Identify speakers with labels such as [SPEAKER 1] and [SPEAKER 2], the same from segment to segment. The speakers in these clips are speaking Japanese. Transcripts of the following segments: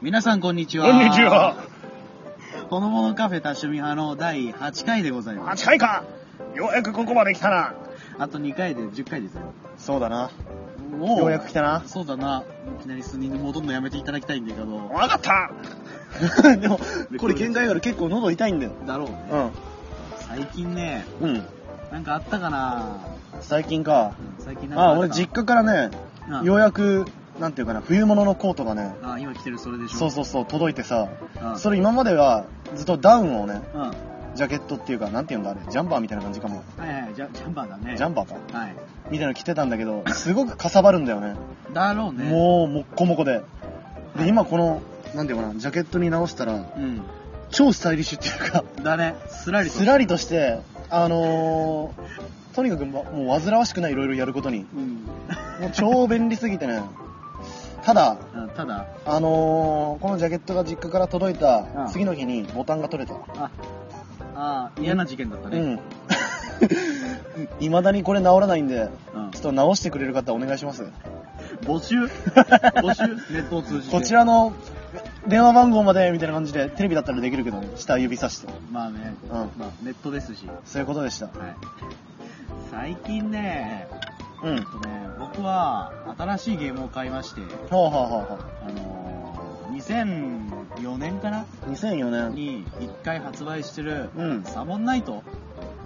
[SPEAKER 1] 皆さんこんにちは。
[SPEAKER 2] こんにちは。
[SPEAKER 1] 子供のカフェ多趣味派の第8回でございます。
[SPEAKER 2] 8回かようやくここまで来たな。
[SPEAKER 1] あと2回で10回ですよ。
[SPEAKER 2] そうだな。
[SPEAKER 1] も
[SPEAKER 2] ようやく来たな
[SPEAKER 1] そうだな。いきなり数人に戻るのやめていただきたいんだけど。
[SPEAKER 2] わかった でも、これ限界がある結構喉痛いんだよ。
[SPEAKER 1] だろうね。最近ね、
[SPEAKER 2] うん。うん。
[SPEAKER 1] なんかあったかな
[SPEAKER 2] 最近か。
[SPEAKER 1] 最近なんか
[SPEAKER 2] あ、
[SPEAKER 1] った
[SPEAKER 2] 俺実家からね、
[SPEAKER 1] うん
[SPEAKER 2] ようやく、なんていうかな、冬物のコートがね、
[SPEAKER 1] あ、今着てるそれでしょ。
[SPEAKER 2] そうそうそう、届いてさ、
[SPEAKER 1] うん。
[SPEAKER 2] それ今まではずっとダウンをね、
[SPEAKER 1] うん。は
[SPEAKER 2] ジャケットっていうか、なんていうんだあれ、ジャンバーみたいな感じかも。
[SPEAKER 1] いはい、ジャジャンパーだね。
[SPEAKER 2] ジャンバーか。
[SPEAKER 1] はい。
[SPEAKER 2] みたいなの着てたんだけど、すごくかさばるんだよね。
[SPEAKER 1] だろうね。
[SPEAKER 2] もう、もっこもこで。で、今この、なんていうかな、ジャケットに直したら、
[SPEAKER 1] うん。
[SPEAKER 2] 超スタイリッシュっていうか、
[SPEAKER 1] だね。すらりと。
[SPEAKER 2] すらりとして、あのー、とにかくまもう煩わしくない、いろいろやることに。
[SPEAKER 1] うん。
[SPEAKER 2] もう超便利すぎてね。ただ、
[SPEAKER 1] うんただ、
[SPEAKER 2] あのー、このジャケットが実家から届い
[SPEAKER 1] うん
[SPEAKER 2] た次の日にボタンが取れた。
[SPEAKER 1] あ、あー嫌な事件だった
[SPEAKER 2] う
[SPEAKER 1] ね。
[SPEAKER 2] ん。 いまだにこれ直らないんで、
[SPEAKER 1] うん
[SPEAKER 2] ちょっと直してくれる方お願いします。
[SPEAKER 1] 募 集募集ネットを通じて。
[SPEAKER 2] こちらの電話番号までみたいな感じで、テレビだったらできるけどね、下指さして。
[SPEAKER 1] まあね、
[SPEAKER 2] ん
[SPEAKER 1] まあネットですし、はい。
[SPEAKER 2] そういうことでした。
[SPEAKER 1] 最近ね、
[SPEAKER 2] うん。
[SPEAKER 1] ち
[SPEAKER 2] は
[SPEAKER 1] ょっとね、僕は新しいゲームを買いまして、
[SPEAKER 2] あ、はあはあは
[SPEAKER 1] あのー、2004年かな
[SPEAKER 2] あ、2004年。
[SPEAKER 1] に1回発売してる、
[SPEAKER 2] うん
[SPEAKER 1] サモンナイト、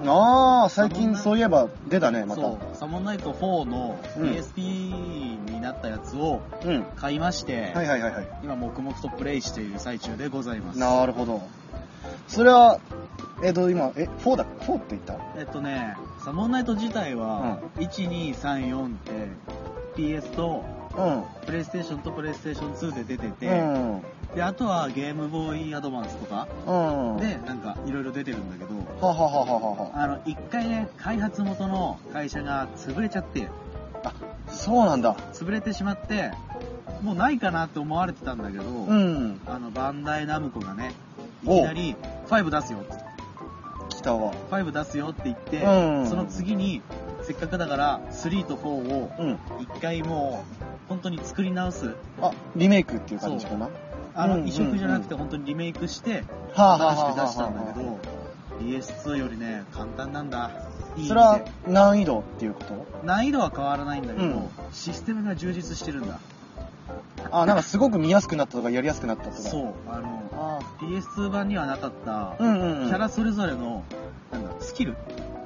[SPEAKER 2] ああ、最近そういえば出たね、また。
[SPEAKER 1] そうう、サモンナイト4の
[SPEAKER 2] うん
[SPEAKER 1] PSP になったやつを
[SPEAKER 2] ん。
[SPEAKER 1] 買いまして、
[SPEAKER 2] はいはいはいはい。
[SPEAKER 1] 今黙々とプレイしている最中でございます。
[SPEAKER 2] なるほど。それは、えっと、今、え、4だ、4って言った
[SPEAKER 1] えっとね、サモンナイト自体は、1、2、3、4って PS と
[SPEAKER 2] うん。
[SPEAKER 1] プレイステーションとプレイステーション2で出てて、
[SPEAKER 2] うん。
[SPEAKER 1] で、あとはゲームボーイアドバンスとか
[SPEAKER 2] うん。
[SPEAKER 1] で、なんかいろいろ出てるんだけど、
[SPEAKER 2] はあはあはあはあは
[SPEAKER 1] あの、一回ね、開発元の会社が潰れちゃって、
[SPEAKER 2] あ。そうなんだ。
[SPEAKER 1] 潰れてしまって、もうないかなって思われてたんだけど、
[SPEAKER 2] うん。
[SPEAKER 1] あの、バンダイナムコがね、い
[SPEAKER 2] お
[SPEAKER 1] きなり5出すよって
[SPEAKER 2] 来たわ。
[SPEAKER 1] 5出すよって言って、
[SPEAKER 2] うん
[SPEAKER 1] その次に、せっかくだから3と4を
[SPEAKER 2] うん。
[SPEAKER 1] 一回もう本当に作り直す
[SPEAKER 2] あ、リメイクっていう感じかな。は
[SPEAKER 1] あの
[SPEAKER 2] うん
[SPEAKER 1] 移植じゃなくて本当にリメイクして
[SPEAKER 2] あはあは
[SPEAKER 1] 新し
[SPEAKER 2] あ
[SPEAKER 1] く
[SPEAKER 2] はあ
[SPEAKER 1] 出したんだけ
[SPEAKER 2] は
[SPEAKER 1] ど PS2 よりね簡単なんだい
[SPEAKER 2] あ
[SPEAKER 1] い
[SPEAKER 2] それは難易度っていうこと
[SPEAKER 1] 難易度は変わらないんだけど、
[SPEAKER 2] うん
[SPEAKER 1] システムが充実してるんだ
[SPEAKER 2] あ、なんかすごく見やすくなったとか、やりやすくなったとか。
[SPEAKER 1] そうあの
[SPEAKER 2] あ
[SPEAKER 1] PS2 版にはなかった
[SPEAKER 2] あ。うんうんう
[SPEAKER 1] キ
[SPEAKER 2] ん。
[SPEAKER 1] ャラそれぞれのなんだスキル
[SPEAKER 2] は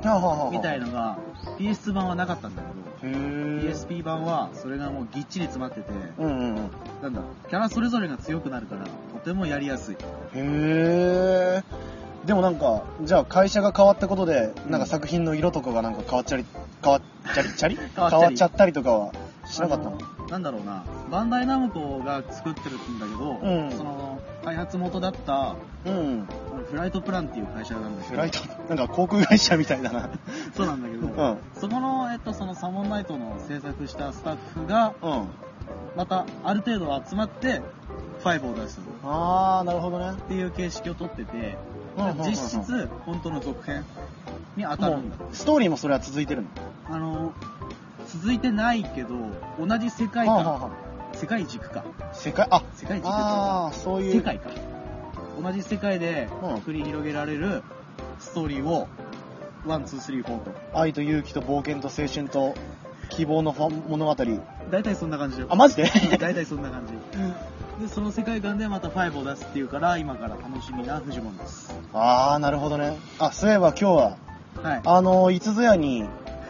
[SPEAKER 2] あはあはあ
[SPEAKER 1] みたいのが PS2 版はなかったんだけど
[SPEAKER 2] へえ。
[SPEAKER 1] PSP 版はそれがもうぎっちり詰まってて
[SPEAKER 2] うんうんうん。へ
[SPEAKER 1] なんだキャラそれぞれが強くなるからとてもやりやすい
[SPEAKER 2] え。でもなんか、じゃあ会社が変わったことで、なんか作品の色とかがなんか変わっちゃり、変わっちゃり、ちゃり変
[SPEAKER 1] わっちゃり
[SPEAKER 2] わっちゃったりとかはしなかったの
[SPEAKER 1] あのなんだろうなバンダイナムコが作ってるんだけど、
[SPEAKER 2] うん
[SPEAKER 1] その開発元だったあ
[SPEAKER 2] うん。
[SPEAKER 1] のフライトプランっていう会社なんだけど
[SPEAKER 2] フライト、なんか航空会社みたいだな。
[SPEAKER 1] そうなんだけど、
[SPEAKER 2] うん
[SPEAKER 1] そこの,、えっと、そのサモンナイトの制作したスタッフが
[SPEAKER 2] うん。
[SPEAKER 1] またある程度集まって5を出すっ
[SPEAKER 2] あー、なるほどね。
[SPEAKER 1] ていう形式をとってて、
[SPEAKER 2] うんうんうんうん
[SPEAKER 1] 実質本当の続編に当た
[SPEAKER 2] も
[SPEAKER 1] る
[SPEAKER 2] うん
[SPEAKER 1] だ
[SPEAKER 2] ストーリーもそれは続いてるの。
[SPEAKER 1] あの続いてないけど同じ世界
[SPEAKER 2] はあはあ
[SPEAKER 1] 観
[SPEAKER 2] は
[SPEAKER 1] 世界軸か
[SPEAKER 2] あ世界、あ、
[SPEAKER 1] 世界軸っていうか
[SPEAKER 2] あー、そういう。
[SPEAKER 1] 世界か同じ世界で
[SPEAKER 2] うん
[SPEAKER 1] 繰り広げられるストーリーをワンツースリーフォーと
[SPEAKER 2] 愛と勇気と冒険と青春と希望のファン物語。
[SPEAKER 1] 大体そんな感じよ
[SPEAKER 2] あ、マ ジで
[SPEAKER 1] 大体そんな感じでその世界観でまた5を出すっていうから今から楽しみなフジモンです
[SPEAKER 2] あー、なるほどね。あ、そういえば今日は、
[SPEAKER 1] はい
[SPEAKER 2] あの、いつぞやに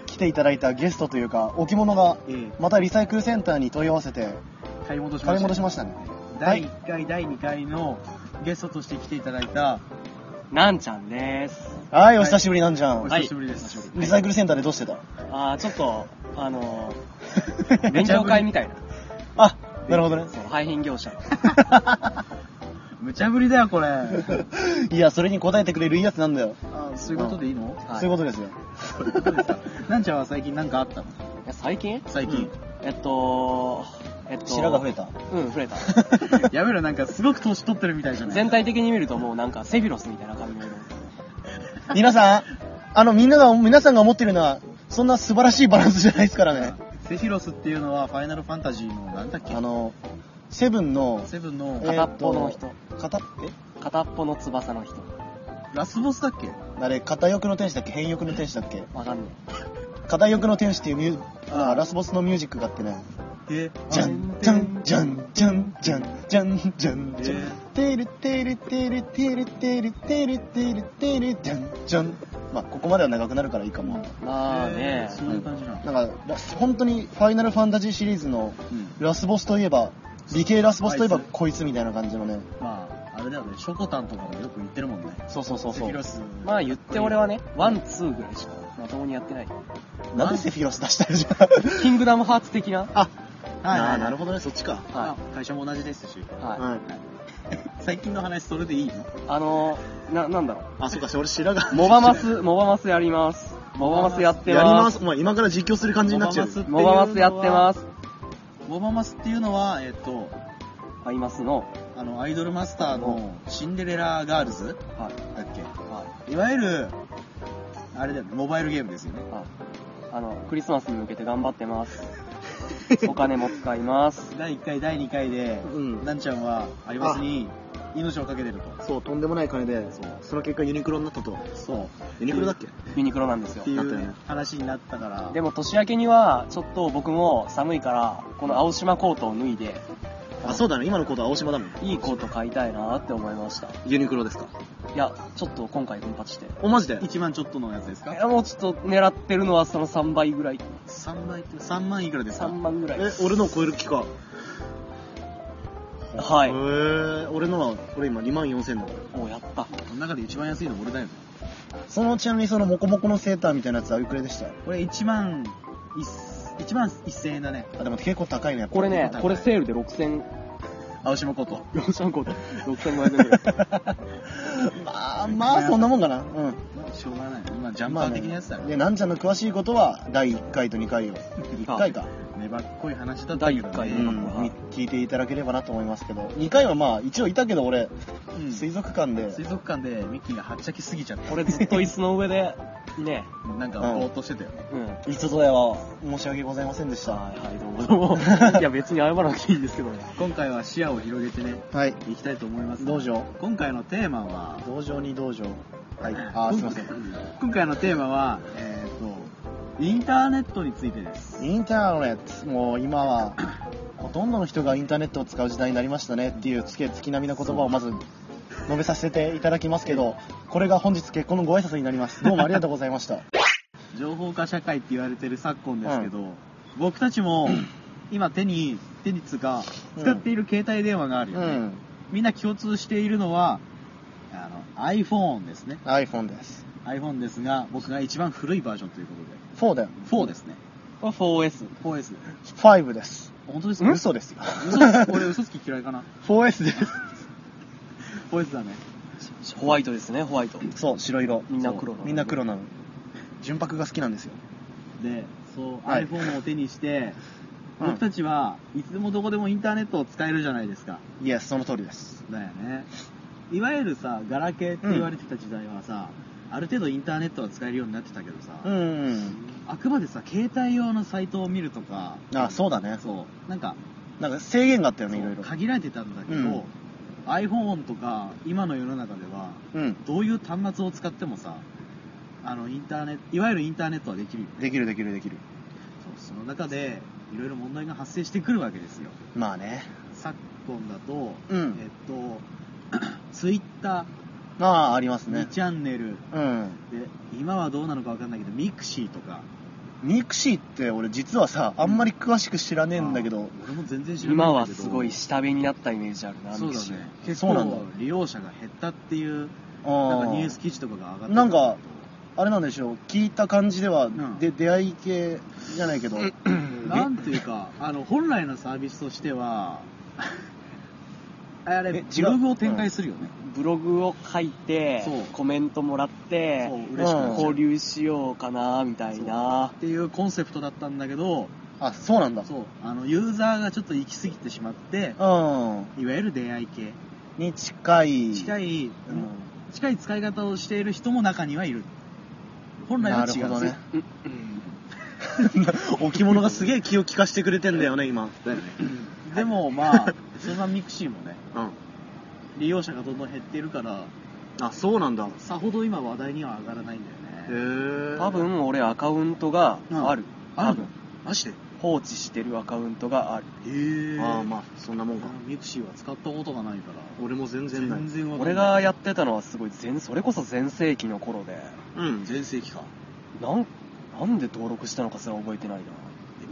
[SPEAKER 2] 来ていただいたゲストというか、置物が、
[SPEAKER 1] えー
[SPEAKER 2] またリサイクルセンターに問い合わせて、
[SPEAKER 1] 買い戻しました
[SPEAKER 2] 買い戻しましたね。
[SPEAKER 1] 第1回第2回のゲストとして来ていただいた
[SPEAKER 3] なんちゃんです。
[SPEAKER 2] はい、お久しぶりなんじゃ
[SPEAKER 1] お
[SPEAKER 2] ん。
[SPEAKER 3] はい
[SPEAKER 1] 久しぶりです、
[SPEAKER 2] リサイクルセンターでどうしてた
[SPEAKER 3] あー、ちょっと、あのー、勉強会みたいな。
[SPEAKER 2] あ、なるほどね。
[SPEAKER 3] そう、廃品 業者。
[SPEAKER 1] 無茶ぶりだよこれ
[SPEAKER 2] いや、それに答えてくれるいいやつなんだよ。
[SPEAKER 1] あそういうことでいいの
[SPEAKER 3] はい
[SPEAKER 2] そういうことですよ。
[SPEAKER 1] そういうことですかなんちゃんは最近何かあったの
[SPEAKER 3] いや最近
[SPEAKER 1] 最近、
[SPEAKER 3] えっと、えっと、
[SPEAKER 2] 白が増えた。
[SPEAKER 3] うん、増えた。
[SPEAKER 1] やめろなんかすごく年取ってるみたいじゃない
[SPEAKER 3] 全体的に見るともうなんかセフィロスみたいな感じの色。
[SPEAKER 2] 皆さん、あの、みんなが、皆さんが思ってるのは、そんな素晴らしいバランスじゃないですからね。
[SPEAKER 1] セフィロスっていうのはファイナルファンタジーのなんだっけ
[SPEAKER 2] あの、セブンの
[SPEAKER 1] セブンの
[SPEAKER 3] 片っぽの人
[SPEAKER 2] えーと片
[SPEAKER 3] 片っぽの翼の人
[SPEAKER 1] ラスボスだっけ
[SPEAKER 2] えあれ片翼の天使だっけ変翼の天使だっけ
[SPEAKER 3] わかんない
[SPEAKER 2] 片翼の天使っていうミュあーラスボスのミュージックがあってね
[SPEAKER 1] え
[SPEAKER 2] じゃんじゃんじゃんじゃんじゃんじゃんじゃんじゃ
[SPEAKER 1] え
[SPEAKER 2] んてるてるてるてるてるてるてるてるじゃんじゃんまあここまでは長くなるからいいかも
[SPEAKER 3] まあ
[SPEAKER 1] え
[SPEAKER 3] ね
[SPEAKER 1] ーそういう感じなの
[SPEAKER 2] なんか本当に「ファイナルファンタジー」シリーズの
[SPEAKER 1] うん
[SPEAKER 2] ラスボスといえば理系ラスボスといえば
[SPEAKER 1] あいつ
[SPEAKER 2] こいつみたいな感じのね
[SPEAKER 1] まああれだよねショコタンとかもよく言ってるもんね
[SPEAKER 2] そうそうそう
[SPEAKER 1] セフ
[SPEAKER 2] そ
[SPEAKER 1] ィ
[SPEAKER 2] う
[SPEAKER 1] ロス
[SPEAKER 3] まあ言って俺はねワンツーぐらいしかまともにやってない
[SPEAKER 2] なんでセフィロス出したのじゃん
[SPEAKER 3] キングダムハーツ的な
[SPEAKER 1] あはい
[SPEAKER 2] あ
[SPEAKER 1] は
[SPEAKER 2] あ
[SPEAKER 1] い
[SPEAKER 2] な
[SPEAKER 1] ほ
[SPEAKER 2] るほどねそっちか
[SPEAKER 1] ど
[SPEAKER 3] は
[SPEAKER 1] 会社も同じですし
[SPEAKER 3] い、は
[SPEAKER 2] はい
[SPEAKER 1] 最近の話それでいいの
[SPEAKER 3] い、あのー、ななんだろう
[SPEAKER 2] あそうか俺白髪
[SPEAKER 3] モバマスモバマスやりますモバマスやって
[SPEAKER 2] やりま
[SPEAKER 3] ます
[SPEAKER 2] すお前今から実況する感じになっちゃう
[SPEAKER 1] モバマ
[SPEAKER 3] モバマスやってます
[SPEAKER 1] モバマスっていうのはえっと
[SPEAKER 3] アイマスの、
[SPEAKER 1] あのアイドルマスターのシンデレラガールズ
[SPEAKER 3] はい
[SPEAKER 1] だっ
[SPEAKER 3] は
[SPEAKER 1] けいわゆるあれだよねモバイルゲームですよね
[SPEAKER 3] いはい、あのクリスマスに向けて頑張ってます お金も使います
[SPEAKER 1] 第1回第2回で、
[SPEAKER 2] うん
[SPEAKER 1] なんちゃんはアイマスに命をかけてると
[SPEAKER 2] そうとんでもない金で
[SPEAKER 1] そう
[SPEAKER 2] その結果ユニクロになったと
[SPEAKER 1] そう
[SPEAKER 2] ユニクロだっけ
[SPEAKER 3] ユニクロなんですよ
[SPEAKER 1] ってい
[SPEAKER 2] なったよ
[SPEAKER 1] う
[SPEAKER 2] ね
[SPEAKER 1] 話になったから
[SPEAKER 3] でも年明けにはちょっと僕も寒いからこの青島コートを脱いで
[SPEAKER 2] あそうだね今のことは青島だもん
[SPEAKER 3] いいコート買いたいなって思いました
[SPEAKER 2] ユニクロですか
[SPEAKER 3] いやちょっと今回奮発してい
[SPEAKER 2] おマジで
[SPEAKER 1] 1万ちょっとのやつですか
[SPEAKER 3] やもうちょっと狙ってるのはその3倍ぐらい
[SPEAKER 1] 3倍って3万いくらです
[SPEAKER 3] 3
[SPEAKER 1] か
[SPEAKER 3] 万ぐらい
[SPEAKER 2] え俺のを超える気か
[SPEAKER 3] はい
[SPEAKER 2] へえ俺のは俺今2万4000だ
[SPEAKER 3] おうやった
[SPEAKER 1] この中で一番安いの俺だよね
[SPEAKER 2] そのちなみにそのモコモコのセーターみたいなやつはおいくらでした
[SPEAKER 1] 俺1万1万1000円だね
[SPEAKER 2] あでも結構高いねやっぱ
[SPEAKER 3] これね
[SPEAKER 1] 高い
[SPEAKER 3] これセールで6000
[SPEAKER 1] 青島コート
[SPEAKER 3] ローションコート6500円ぐらい
[SPEAKER 2] まあまあそんなもんかなうん
[SPEAKER 1] しょうがない今ジャンパー的なやつだ
[SPEAKER 2] ま
[SPEAKER 1] よ
[SPEAKER 2] あ
[SPEAKER 1] ね
[SPEAKER 2] ねでなんちゃんの詳しいことは第1回と2回を1回か、
[SPEAKER 1] 粘っこい話だったけど
[SPEAKER 3] 第一回
[SPEAKER 2] う
[SPEAKER 1] ね
[SPEAKER 3] ね
[SPEAKER 2] ん、み聞いていただければなと思いますけど2回はまあ一応いたけど俺、
[SPEAKER 1] うん
[SPEAKER 2] 水族館で
[SPEAKER 1] 水族館でミッキーがはっちゃけすぎちゃって
[SPEAKER 3] 俺ずっと椅子の上でね
[SPEAKER 1] なんか
[SPEAKER 2] うん
[SPEAKER 1] ぼーっとしてたよね
[SPEAKER 3] うんはい
[SPEAKER 2] いつぞやは申し訳ございませんでしたは
[SPEAKER 3] はいどうもど うもいや別に謝らなくていいんですけどね
[SPEAKER 1] 今回は視野を広げてね
[SPEAKER 2] い
[SPEAKER 1] いきたいと思います
[SPEAKER 2] 道場
[SPEAKER 1] 今回のテーマは
[SPEAKER 2] 道場に道場はいあーすいません
[SPEAKER 1] 今回のテーマはえっとインターネットについてです
[SPEAKER 2] インターネットもう今はほとんどの人がインターネットを使う時代になりましたねっていうつけ月並みの言葉をまず述べさせていただきますけどこれが本日結婚のご挨拶になりますどうもありがとうございました
[SPEAKER 1] 情報化社会って言われてる昨今ですけど、僕たちも今手に手につうか
[SPEAKER 2] うん
[SPEAKER 1] 使っている携帯電話がある
[SPEAKER 2] う
[SPEAKER 1] よね、
[SPEAKER 2] ん
[SPEAKER 1] みんな共通しているのはあの iPhone ですね
[SPEAKER 2] iPhone です
[SPEAKER 1] iPhone ですが僕が一番古いバージョンというこ
[SPEAKER 2] 4だよ
[SPEAKER 1] とで4ですね
[SPEAKER 3] これ 4S
[SPEAKER 1] 4S
[SPEAKER 2] 5です
[SPEAKER 1] 本当ですか
[SPEAKER 2] 嘘ですよ
[SPEAKER 1] 嘘つき俺嘘つき嫌いかな
[SPEAKER 2] 4S です
[SPEAKER 1] 4S だね
[SPEAKER 3] ホワイトですねホワイト
[SPEAKER 2] そう白色
[SPEAKER 3] みんな黒なの
[SPEAKER 2] みんな黒なの純白が好きなんですよ
[SPEAKER 1] でそう、
[SPEAKER 2] はい
[SPEAKER 1] iPhone を手にして
[SPEAKER 2] うん
[SPEAKER 1] 僕たちはいつでもどこでもインターネットを使えるじゃないですか
[SPEAKER 2] イエスその通りです
[SPEAKER 1] だよねいわゆるさガラケーって言われてた時代はさ、ある程度インターネットは使えるようになってたけどさ、
[SPEAKER 2] うん
[SPEAKER 1] あくまでさ携帯用のサイトを見るとか
[SPEAKER 2] あそうだね
[SPEAKER 1] そうなんか
[SPEAKER 2] なんか制限があったよねいろいろ
[SPEAKER 1] 限られてたんだけど、
[SPEAKER 2] うん
[SPEAKER 1] iPhone とか今の世の中では
[SPEAKER 2] うん
[SPEAKER 1] どういう端末を使ってもさあのインターネットいわゆるインターネットはできるよ
[SPEAKER 2] できるできるできる
[SPEAKER 1] そうその中でいろいろ問題が発生してくるわけですよ
[SPEAKER 2] まあね
[SPEAKER 1] 昨今だと、
[SPEAKER 2] うん
[SPEAKER 1] えっと Twitter2、
[SPEAKER 2] まあありますね
[SPEAKER 1] チャンネル
[SPEAKER 2] うん
[SPEAKER 1] で今はどうなのか分かんないけどミクシーとか
[SPEAKER 2] ミクシーって俺実はさあんまり詳しく知らねえんだけど、
[SPEAKER 1] 俺も全然知らない
[SPEAKER 3] 今
[SPEAKER 1] んだ
[SPEAKER 3] は
[SPEAKER 1] けど
[SPEAKER 3] すごい下火になったイメージあるな
[SPEAKER 1] そう
[SPEAKER 3] ミ
[SPEAKER 1] だ
[SPEAKER 3] クシィ
[SPEAKER 1] ね結
[SPEAKER 2] そうなんだ
[SPEAKER 1] 構利用者が減ったっていう
[SPEAKER 2] あ
[SPEAKER 1] なんかニュース記事とかが上がって
[SPEAKER 2] なんかあれなんでしょう聞いた感じでは、
[SPEAKER 1] ん
[SPEAKER 2] で出会い系じゃないけど、
[SPEAKER 1] なんていうかあの本来のサービスとして はあ
[SPEAKER 2] え
[SPEAKER 1] れブ
[SPEAKER 2] 違う
[SPEAKER 1] ログを展開するよね、
[SPEAKER 3] ブログを書いて
[SPEAKER 1] そう
[SPEAKER 3] コメントもらって
[SPEAKER 1] そう嬉しくなっちゃう
[SPEAKER 3] 交流しようかなみたいな
[SPEAKER 1] っていうコンセプトだったんだけど
[SPEAKER 2] あそうなんだ
[SPEAKER 1] そうあのユーザーがちょっと行き過ぎてしまって
[SPEAKER 2] うん
[SPEAKER 1] いわゆる出会い系
[SPEAKER 2] に近い
[SPEAKER 1] 近
[SPEAKER 2] い、
[SPEAKER 1] い、
[SPEAKER 2] うん、
[SPEAKER 1] 近い使い方をしている人も中にはいる本来は違う
[SPEAKER 2] なるほどね
[SPEAKER 3] うん
[SPEAKER 2] 置物がすげえ気を利かしてくれてんだよね今
[SPEAKER 1] でもまあそれはミクシーもね
[SPEAKER 2] うん
[SPEAKER 1] 利用者がどんどん減ってるから
[SPEAKER 2] あそうなんだへ
[SPEAKER 1] さほど今話題には上がらないんだよね
[SPEAKER 2] え
[SPEAKER 3] 多分俺アカウントがある、
[SPEAKER 1] あ
[SPEAKER 3] 多
[SPEAKER 1] る
[SPEAKER 3] 分
[SPEAKER 1] マジで
[SPEAKER 3] 放置してるアカウントがある
[SPEAKER 1] ええ
[SPEAKER 2] ああまあそんなもんか
[SPEAKER 1] ミクシーは使ったことがないから
[SPEAKER 2] 俺も全然ない
[SPEAKER 1] 全然わかんない
[SPEAKER 3] 俺がやってたのはすごい全それこそ全盛期の頃で
[SPEAKER 2] うん
[SPEAKER 1] 全盛期か
[SPEAKER 3] なんなんで登録したのかすら覚えてない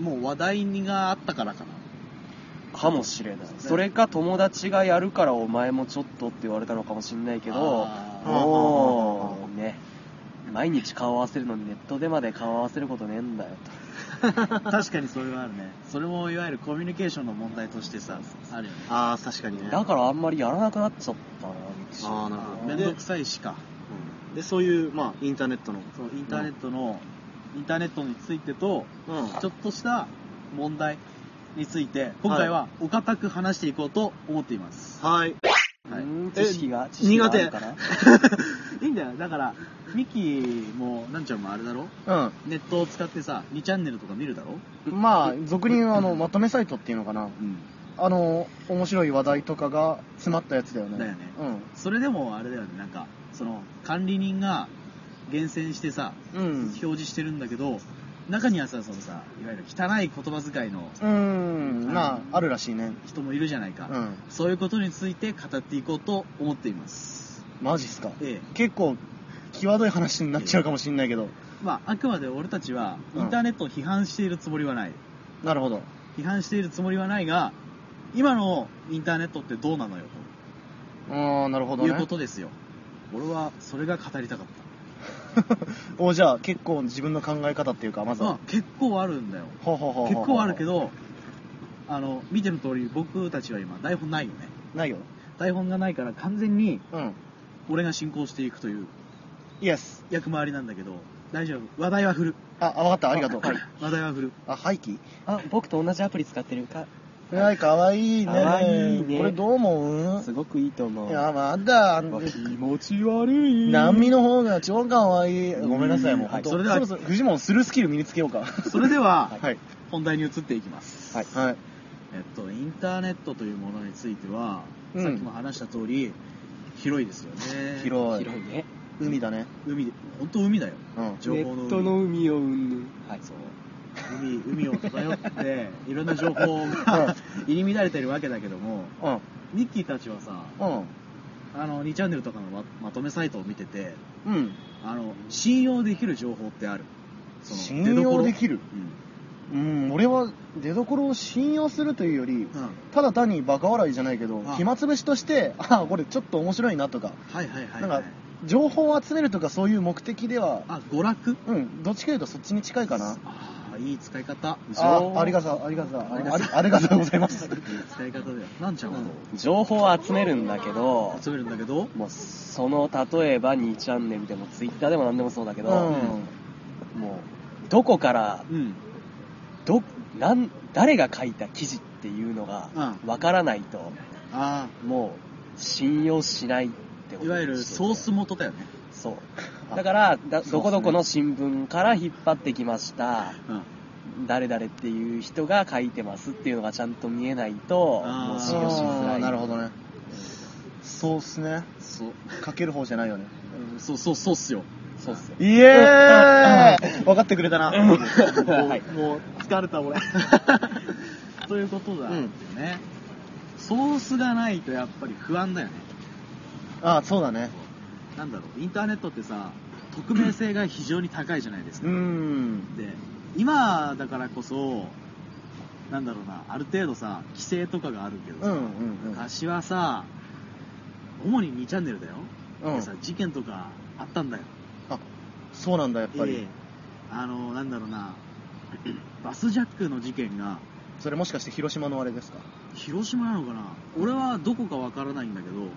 [SPEAKER 3] な
[SPEAKER 1] もう話題があったからかな
[SPEAKER 3] かもしれないそれか友達がやるからお前もちょっとって言われたのかもしれないけど
[SPEAKER 1] あ
[SPEAKER 2] ー
[SPEAKER 3] もうね毎日顔合わせるのにネットでまで顔合わせることねえんだよ
[SPEAKER 1] 確かにそれはあるねそれもいわゆるコミュニケーションの問題としてさあるよね
[SPEAKER 2] ああ確かにね
[SPEAKER 3] とだからあんまりやらなくなっちゃったな
[SPEAKER 2] あーなるほ
[SPEAKER 1] め
[SPEAKER 2] ど
[SPEAKER 1] んどくさいしか
[SPEAKER 2] うんでそういうまあインターネットの
[SPEAKER 1] そうインターネットの、インターネットについてと
[SPEAKER 2] うん
[SPEAKER 1] ちょっとした問題について今回はお堅く話していこうと思っています、
[SPEAKER 2] はい
[SPEAKER 1] はいう
[SPEAKER 3] ーん知識が
[SPEAKER 2] え
[SPEAKER 3] 知識があるから
[SPEAKER 1] いいんだよだからミキもなんちゃんもあれだろ
[SPEAKER 2] うん
[SPEAKER 1] ネットを使ってさ2チャンネルとか見るだろ
[SPEAKER 2] まあ俗に言うあのまとめサイトっていうのかな
[SPEAKER 1] うん
[SPEAKER 2] あの面白い話題とかが詰まったやつだよね
[SPEAKER 1] だよね
[SPEAKER 2] うん
[SPEAKER 1] それでもあれだよねなんかその管理人が厳選してさ
[SPEAKER 2] うん
[SPEAKER 1] 表示してるんだけど中にはさそのさいわゆる汚い言葉遣いの
[SPEAKER 2] うんまああるらしいね
[SPEAKER 1] 人もいるじゃないか、
[SPEAKER 2] うん
[SPEAKER 1] そういうことについて語っていこうと思っています
[SPEAKER 2] マジっすか
[SPEAKER 1] ええ
[SPEAKER 2] 結構際どい話になっちゃうかもしんないけど
[SPEAKER 1] まああくまで俺たちは
[SPEAKER 2] う
[SPEAKER 1] イ
[SPEAKER 2] ん
[SPEAKER 1] ンターネットを批判しているつもりはない、
[SPEAKER 2] なるほど
[SPEAKER 1] 批判しているつもりはないが今のインターネットってどうなのよ
[SPEAKER 2] ああなるほ
[SPEAKER 1] と
[SPEAKER 2] ど
[SPEAKER 1] いう
[SPEAKER 2] ね
[SPEAKER 1] ことですよ俺はそれが語りたかった
[SPEAKER 2] おじゃあ結構自分の考え方っていうかまず
[SPEAKER 1] まあ
[SPEAKER 2] は
[SPEAKER 1] 結構あるんだよ
[SPEAKER 2] ほうほうほう
[SPEAKER 1] 結
[SPEAKER 2] ほう
[SPEAKER 1] 構あるけどあの見ての通り僕たちは今台本ないよね
[SPEAKER 2] ないよ
[SPEAKER 1] 台本がないから完全に
[SPEAKER 2] うん
[SPEAKER 1] 俺が進行していくという
[SPEAKER 2] イエス
[SPEAKER 1] 役回りなんだけど大丈夫話題は振る
[SPEAKER 2] ああわかったありがとう
[SPEAKER 1] はい話題は振る
[SPEAKER 2] あ廃棄
[SPEAKER 3] あ僕と同じアプリ使ってるか
[SPEAKER 2] はいかわいいね
[SPEAKER 3] かわいいね
[SPEAKER 2] これどう思う
[SPEAKER 3] すごくいいと思う
[SPEAKER 2] いやまだ
[SPEAKER 3] わ気持ち悪い
[SPEAKER 2] 波の方が超かわいいごめんなさいもう
[SPEAKER 1] はい
[SPEAKER 2] 本当
[SPEAKER 1] それでは
[SPEAKER 2] そろそろフジモンするスキル身につけようか
[SPEAKER 1] それでは、
[SPEAKER 2] はい
[SPEAKER 1] 本題に移っていきます、
[SPEAKER 2] はいはい
[SPEAKER 1] えっと、インターネットというものについては、
[SPEAKER 2] うん
[SPEAKER 1] さっきも話した通り広いですよね
[SPEAKER 2] 広い
[SPEAKER 3] 広いね
[SPEAKER 2] 海だね
[SPEAKER 1] 海で本当海だよ
[SPEAKER 2] うん
[SPEAKER 1] 情報の海
[SPEAKER 3] 海を生むはい
[SPEAKER 1] そう海海を漂 っていろんな情報が入り乱れてるわけだけども
[SPEAKER 2] うん
[SPEAKER 1] ミッキーたちはさ
[SPEAKER 2] うん
[SPEAKER 1] あの2チャンネルとかのままとめサイトを見てて
[SPEAKER 2] うん
[SPEAKER 1] あの信用できる情報ってあるその
[SPEAKER 2] 信用できる
[SPEAKER 1] 出所
[SPEAKER 2] うん俺は出所を信用するというより
[SPEAKER 1] うん、うん、
[SPEAKER 2] ただ単にバカ笑いじゃないけど
[SPEAKER 1] あ
[SPEAKER 2] 暇つぶしとしてああこれちょっと面白いなとか
[SPEAKER 1] はいはいはい、はい、
[SPEAKER 2] なんか情報を集めるとかそういう目的では
[SPEAKER 1] あ娯楽
[SPEAKER 2] うんどっちかというとそっちに近いかな
[SPEAKER 1] ああいい使い方
[SPEAKER 2] あありがとうありがとうあ
[SPEAKER 1] あり
[SPEAKER 2] り
[SPEAKER 1] がとう
[SPEAKER 2] ありがとうございます
[SPEAKER 1] いい使い方だよなんちゃんはどう
[SPEAKER 3] 情報を集めるんだけど
[SPEAKER 1] 集めるんだけど
[SPEAKER 3] もうその例えば2チャンネルでもツイッターでも何でもそうだけど、
[SPEAKER 2] う
[SPEAKER 3] もうどこから
[SPEAKER 1] うん
[SPEAKER 3] どなん誰が書いた記事っていうのが
[SPEAKER 1] うん
[SPEAKER 3] わからないと、
[SPEAKER 1] あ
[SPEAKER 3] もう信用しないってこ
[SPEAKER 1] あ
[SPEAKER 3] と
[SPEAKER 1] いわゆるソース元だよね
[SPEAKER 3] そうだから
[SPEAKER 2] そう
[SPEAKER 3] だ、
[SPEAKER 2] っすね
[SPEAKER 3] どこどこの新聞から引っ張ってきました
[SPEAKER 1] うん
[SPEAKER 3] 誰々っていう人が書いてますっていうのがちゃんと見えないと
[SPEAKER 1] あー
[SPEAKER 3] もう信用しづら
[SPEAKER 2] ん
[SPEAKER 3] い
[SPEAKER 2] なるほどねそうっすね
[SPEAKER 1] そう
[SPEAKER 2] かける方じゃないよね
[SPEAKER 1] うんそうそうそうっすよ
[SPEAKER 3] そうっすよ
[SPEAKER 2] イエーイ 分かってくれたなはい
[SPEAKER 1] もう疲れた俺 ということだよね、ソースがないとやっぱり不安だよね
[SPEAKER 2] あそうだね
[SPEAKER 1] なんだろうインターネットってさ匿名性が非常に高いじゃないですか、
[SPEAKER 2] うん
[SPEAKER 1] で今だからこそなんだろうなある程度さ規制とかがあるけど
[SPEAKER 2] う
[SPEAKER 1] さ、
[SPEAKER 2] んうん
[SPEAKER 1] 昔はさ主に2チャンネルだよ、
[SPEAKER 2] うんう
[SPEAKER 1] で
[SPEAKER 2] ん
[SPEAKER 1] さ事件とかあったんだよ
[SPEAKER 2] そうなんだやっぱ
[SPEAKER 1] ええ
[SPEAKER 2] り
[SPEAKER 1] あのなんだろうなバスジャックの事件が
[SPEAKER 2] それもしかして広島のあれですか
[SPEAKER 1] 広島なのかな俺はどこかわからないんだけど、
[SPEAKER 2] うん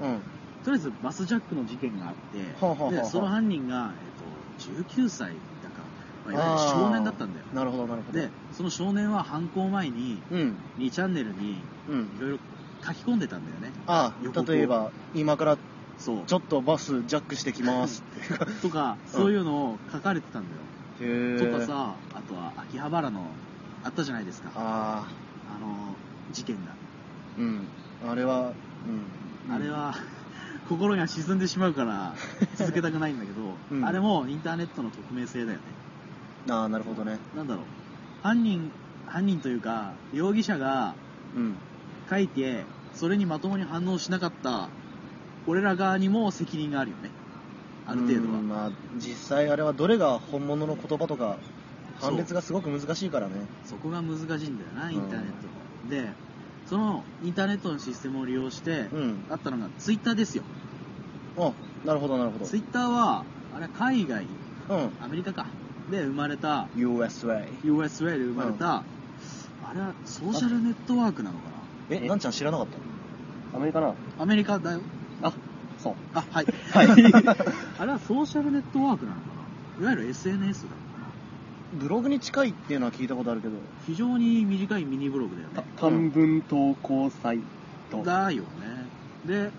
[SPEAKER 1] とりあえずバスジャックの事件があって、
[SPEAKER 2] はあはあはあ
[SPEAKER 1] でその犯人が、えっと19歳だか、まあ、いわゆる少年だったんだよ
[SPEAKER 2] なるほどなるほど
[SPEAKER 1] でその少年は犯行前に
[SPEAKER 2] うん
[SPEAKER 1] 2チャンネルにい
[SPEAKER 2] うん
[SPEAKER 1] ろいろ書き込んでたんだよね
[SPEAKER 2] あ
[SPEAKER 1] 予告を
[SPEAKER 2] 例えば今から
[SPEAKER 1] そう
[SPEAKER 2] ちょっとバスジャックしてきます
[SPEAKER 1] とかそういうのを書かれてたんだよ、
[SPEAKER 2] へえ
[SPEAKER 1] とかさあとは秋葉原のあったじゃないですかあ
[SPEAKER 2] あ
[SPEAKER 1] の事件が
[SPEAKER 2] ーうんあれは、うん。
[SPEAKER 1] あれは、 心が沈んでしまうから、続けたくないんだけど、
[SPEAKER 2] うん
[SPEAKER 1] あれもインターネットの匿名性だよね。
[SPEAKER 2] ああ、なるほどね。
[SPEAKER 1] なんだろう。犯人、犯人というか、容疑者が
[SPEAKER 2] うん。
[SPEAKER 1] 書いて、それにまともに反応しなかった、俺ら側にも責任があるよね。ある程度
[SPEAKER 2] うん
[SPEAKER 1] は。
[SPEAKER 2] まあ、実際あれはどれが本物の言葉とか、判別がすごく難しいからね。
[SPEAKER 1] そこが難しいんだよな、
[SPEAKER 2] うん
[SPEAKER 1] インターネット。で、そのインターネットのシステムを利用して、
[SPEAKER 2] うん。
[SPEAKER 1] あったのがツイッターですよ。
[SPEAKER 2] あ、なるほど、なるほど。
[SPEAKER 1] ツイッターは、あれ海外、
[SPEAKER 2] うん。
[SPEAKER 1] アメリカか。で生まれた
[SPEAKER 2] USA。
[SPEAKER 1] USA で生まれた、あれはソーシャルネットワークなのか
[SPEAKER 2] え、
[SPEAKER 3] え
[SPEAKER 2] なんちゃん知らなかった
[SPEAKER 3] アメリカな
[SPEAKER 1] なアメリカだよ
[SPEAKER 3] あそう
[SPEAKER 1] あはい
[SPEAKER 3] はい
[SPEAKER 1] あれはソーシャルネットワークなのかないわゆる SNS なのかな
[SPEAKER 2] ブログに近いっていうのは聞いたことあるけど。
[SPEAKER 1] 非常に短いミニブログだよね
[SPEAKER 3] 短文投稿サイト
[SPEAKER 1] だよねで